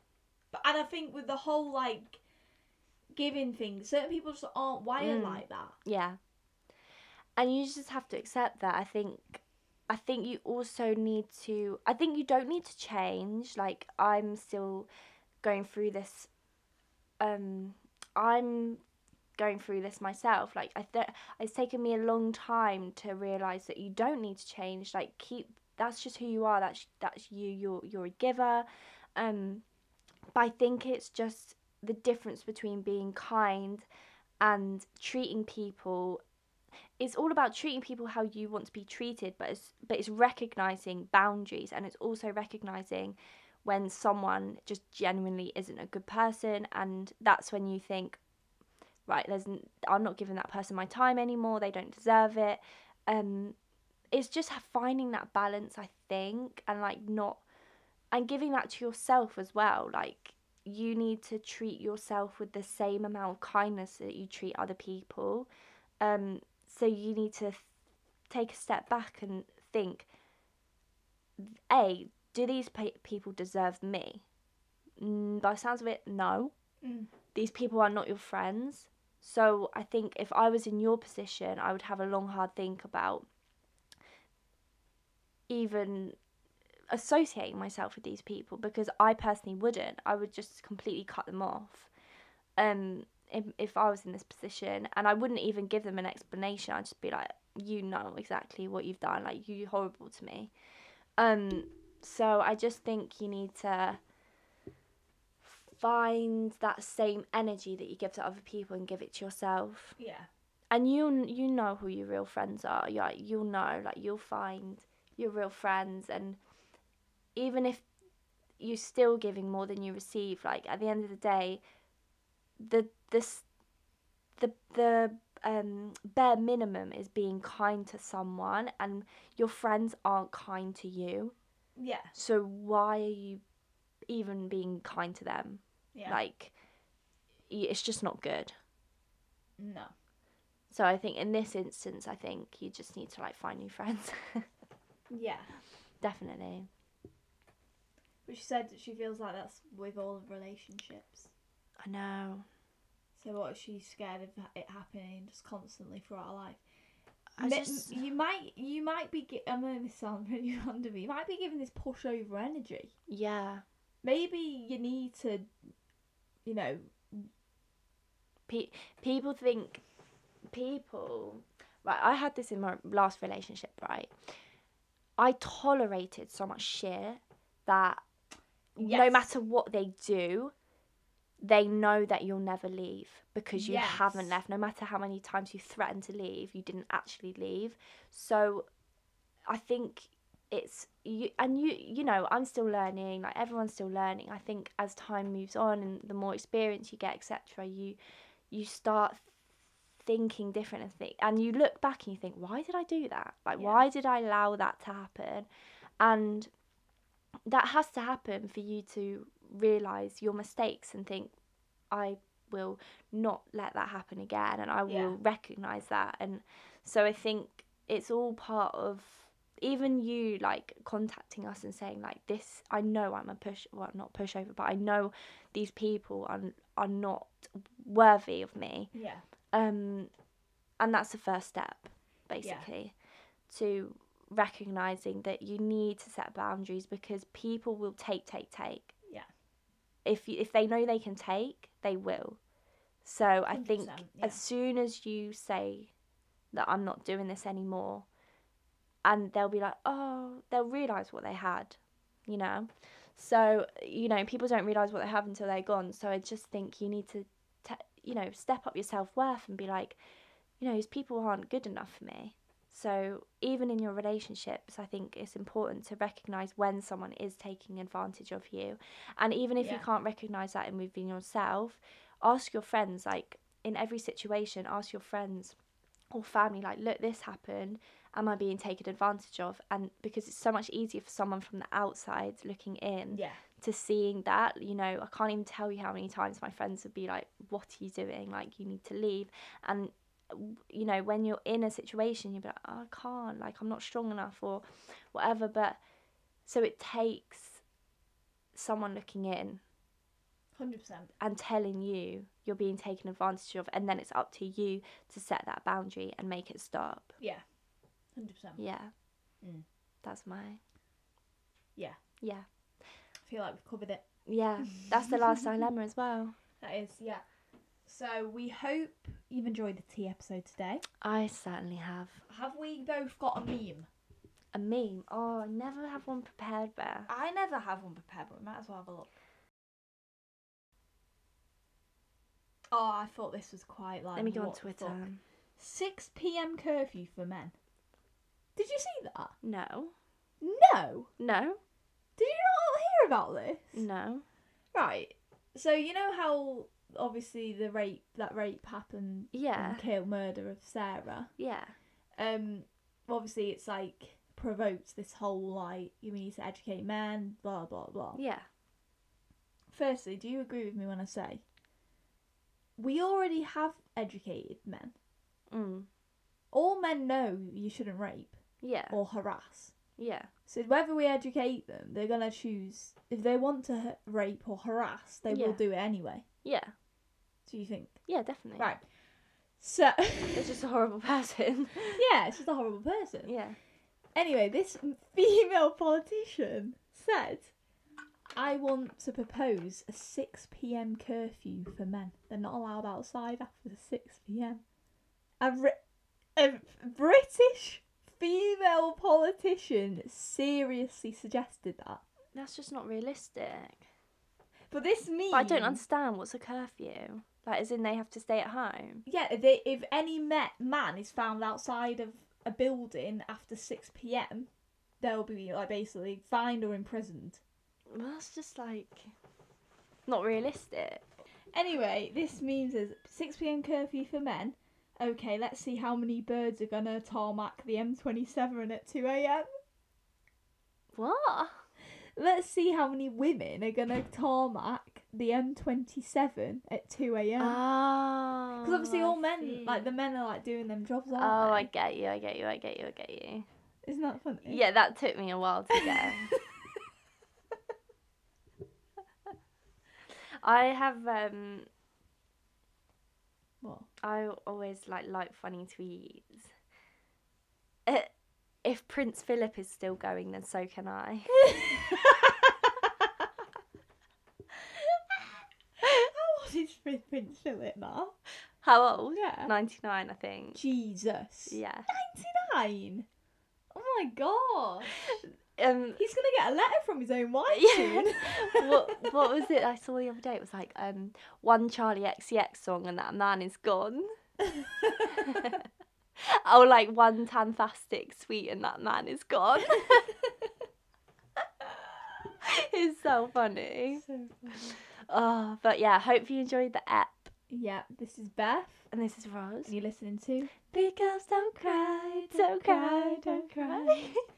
[SPEAKER 1] But and I think with the whole like giving thing, certain people just aren't wired
[SPEAKER 2] Mm.
[SPEAKER 1] like that.
[SPEAKER 2] yeah. And you just have to accept that. I think. I think you also need to. I think you don't need to change. Like I'm still going through this. Um, I'm going through this myself. Like I, th- it's taken me a long time to realize that you don't need to change. Like keep. That's just who you are. That's that's you. You're you're a giver. Um, but I think it's just the difference between being kind and treating people it's all about treating people how you want to be treated but it's but it's recognizing boundaries and it's also recognizing when someone just genuinely isn't a good person and that's when you think right there's n- I'm not giving that person my time anymore they don't deserve it um it's just finding that balance I think and like not and giving that to yourself as well like you need to treat yourself with the same amount of kindness that you treat other people um so you need to th- take a step back and think a do these pe- people deserve me mm, by the sounds of it no
[SPEAKER 1] Mm.
[SPEAKER 2] these people are not your friends so i think if i was in your position i would have a long hard think about even associating myself with these people because i personally wouldn't i would just completely cut them off um if, if I was in this position and I wouldn't even give them an explanation, I'd just be like, you know exactly what you've done, like you're horrible to me. Um so I just think you need to find that same energy that you give to other people and give it to yourself.
[SPEAKER 1] Yeah.
[SPEAKER 2] And you you know who your real friends are. You like, you'll know, like you'll find your real friends and even if you're still giving more than you receive, like at the end of the day, the this the the um bare minimum is being kind to someone and your friends aren't kind to you
[SPEAKER 1] Yeah.
[SPEAKER 2] so why are you even being kind to them
[SPEAKER 1] Yeah.
[SPEAKER 2] like y- it's just not good
[SPEAKER 1] no.
[SPEAKER 2] so i think in this instance i think you just need to like find new friends
[SPEAKER 1] Yeah.
[SPEAKER 2] definitely
[SPEAKER 1] But she said that she feels like that's with all relationships.
[SPEAKER 2] i know
[SPEAKER 1] So what if she's scared of ha- it happening just constantly throughout her life?
[SPEAKER 2] I
[SPEAKER 1] Ma-
[SPEAKER 2] just-
[SPEAKER 1] You might, you might be. Gi- I know this sounds really random. but You might be giving this pushover energy.
[SPEAKER 2] yeah
[SPEAKER 1] Maybe you need to, you know,
[SPEAKER 2] Pe- people think people right i had this in my last relationship right i tolerated so much shit that no
[SPEAKER 1] Yes.
[SPEAKER 2] matter what they do they know that you'll never leave because you
[SPEAKER 1] Yes.
[SPEAKER 2] haven't left no matter how many times you threatened to leave you didn't actually leave so i think it's you and you you know i'm still learning like everyone's still learning i think as time moves on and the more experience you get etc you you start thinking different and think and you look back and you think why did i do that like
[SPEAKER 1] Yeah.
[SPEAKER 2] why did i allow that to happen and that has to happen for you to realize your mistakes and think, I will not let that happen again and I will
[SPEAKER 1] Yeah.
[SPEAKER 2] recognize that. And so I think it's all part of even you like contacting us and saying like this I know I'm a push well not pushover but I know these people are are not worthy of me
[SPEAKER 1] Yeah.
[SPEAKER 2] um and that's the first step basically to recognizing that you need to set boundaries because people will take take take
[SPEAKER 1] Yeah.
[SPEAKER 2] if you, if they know they can take they will so i think
[SPEAKER 1] 100%, yeah.
[SPEAKER 2] as soon as you say that i'm not doing this anymore and they'll be like oh they'll realize what they had you know so you know people don't realize what they have until they're gone so i just think you need to te- you know step up your self-worth and be like you know these people aren't good enough for me so even in your relationships i think it's important to recognize when someone is taking advantage of you and even if you
[SPEAKER 1] Yeah.
[SPEAKER 2] can't recognize that in within yourself ask your friends like in every situation ask your friends or family like look this happened am i being taken advantage of and because it's so much easier for someone from the outside looking in
[SPEAKER 1] Yeah.
[SPEAKER 2] to seeing that you know i can't even tell you how many times my friends would be like what are you doing like you need to leave and you know when you're in a situation you'd be like oh, i can't like i'm not strong enough or whatever but so it takes someone looking in
[SPEAKER 1] Hundred percent.
[SPEAKER 2] and telling you you're being taken advantage of and then it's up to you to set that boundary and make it stop
[SPEAKER 1] Yeah. Hundred percent.
[SPEAKER 2] yeah
[SPEAKER 1] Mm.
[SPEAKER 2] that's my
[SPEAKER 1] Yeah.
[SPEAKER 2] yeah
[SPEAKER 1] I feel like we've covered it.
[SPEAKER 2] yeah that's the last dilemma as well
[SPEAKER 1] That is, yeah. So we hope you've enjoyed the tea episode today.
[SPEAKER 2] i certainly have
[SPEAKER 1] Have we both got a meme?
[SPEAKER 2] A meme. Oh, I never have one prepared there.
[SPEAKER 1] I never have one prepared, but we might as well have a look. Oh, I thought this was quite like.
[SPEAKER 2] Let me go on
[SPEAKER 1] what the
[SPEAKER 2] Twitter.
[SPEAKER 1] fuck. 6 pm curfew for men. Did you see that?
[SPEAKER 2] No.
[SPEAKER 1] No.
[SPEAKER 2] No.
[SPEAKER 1] Did you not hear about this?
[SPEAKER 2] No.
[SPEAKER 1] Right. So you know how obviously the rape that rape happened
[SPEAKER 2] Yeah.
[SPEAKER 1] and kill murder of Sarah.
[SPEAKER 2] Yeah.
[SPEAKER 1] Um obviously it's like provokes this whole like you need to educate men, blah blah blah.
[SPEAKER 2] Yeah.
[SPEAKER 1] Firstly, do you agree with me when I say we already have educated men.
[SPEAKER 2] Mm.
[SPEAKER 1] All men know you shouldn't rape
[SPEAKER 2] Yeah.
[SPEAKER 1] or harass.
[SPEAKER 2] Yeah.
[SPEAKER 1] So whether we educate them, they're gonna choose if they want to ha- rape or harass, they will
[SPEAKER 2] Yeah.
[SPEAKER 1] do it anyway.
[SPEAKER 2] Yeah.
[SPEAKER 1] Do you think?
[SPEAKER 2] Yeah. Definitely.
[SPEAKER 1] Right. So
[SPEAKER 2] It's just a horrible person.
[SPEAKER 1] yeah, it's just a horrible person.
[SPEAKER 2] yeah.
[SPEAKER 1] Anyway, this female politician said, "I want to propose a six p.m. curfew for men. They're not allowed outside after six p.m." A, ri- a British female politician seriously suggested that.
[SPEAKER 2] That's just not realistic.
[SPEAKER 1] But this means
[SPEAKER 2] But I don't understand what's a curfew. Like, as in they have to stay at home.
[SPEAKER 1] Yeah, they, if any ma- man is found outside of a building after six p.m., they'll be like basically fined or imprisoned.
[SPEAKER 2] Well, that's just like not realistic.
[SPEAKER 1] Anyway, this means there's six p.m. curfew for men. Okay, let's see how many birds are gonna tarmac the M27 at two a.m.
[SPEAKER 2] What?
[SPEAKER 1] Let's see how many women are gonna tarmac the M27 at two a.m.
[SPEAKER 2] Oh.
[SPEAKER 1] Because obviously, all
[SPEAKER 2] I
[SPEAKER 1] men
[SPEAKER 2] see.
[SPEAKER 1] like the men are like doing them jobs, aren't
[SPEAKER 2] Oh, I
[SPEAKER 1] they?
[SPEAKER 2] get you. I get you. I get you. I get you.
[SPEAKER 1] Isn't that funny?
[SPEAKER 2] Yeah, that took me a while to get. I have um
[SPEAKER 1] What?
[SPEAKER 2] I always like like funny tweets. Eh, If Prince Philip is still going, then so can I.
[SPEAKER 1] How old is Prince Prince Philip now?
[SPEAKER 2] How old?
[SPEAKER 1] Yeah.
[SPEAKER 2] Ninety nine, I think.
[SPEAKER 1] Jesus.
[SPEAKER 2] Yeah.
[SPEAKER 1] 99? Oh my god.
[SPEAKER 2] Um.
[SPEAKER 1] He's going to get a letter from his own wife
[SPEAKER 2] Yeah.
[SPEAKER 1] soon.
[SPEAKER 2] What What was it I saw the other day? It was like um one Charlie XCX song and that man is gone. oh, like one tanfastic sweet and that man is gone. it's so funny.
[SPEAKER 1] So funny.
[SPEAKER 2] Oh, but yeah, hope you enjoyed the app.
[SPEAKER 1] yeah, this is Beth.
[SPEAKER 2] And this is Rose.
[SPEAKER 1] And you're listening to
[SPEAKER 2] Big girls don't cry, don't cry, don't cry.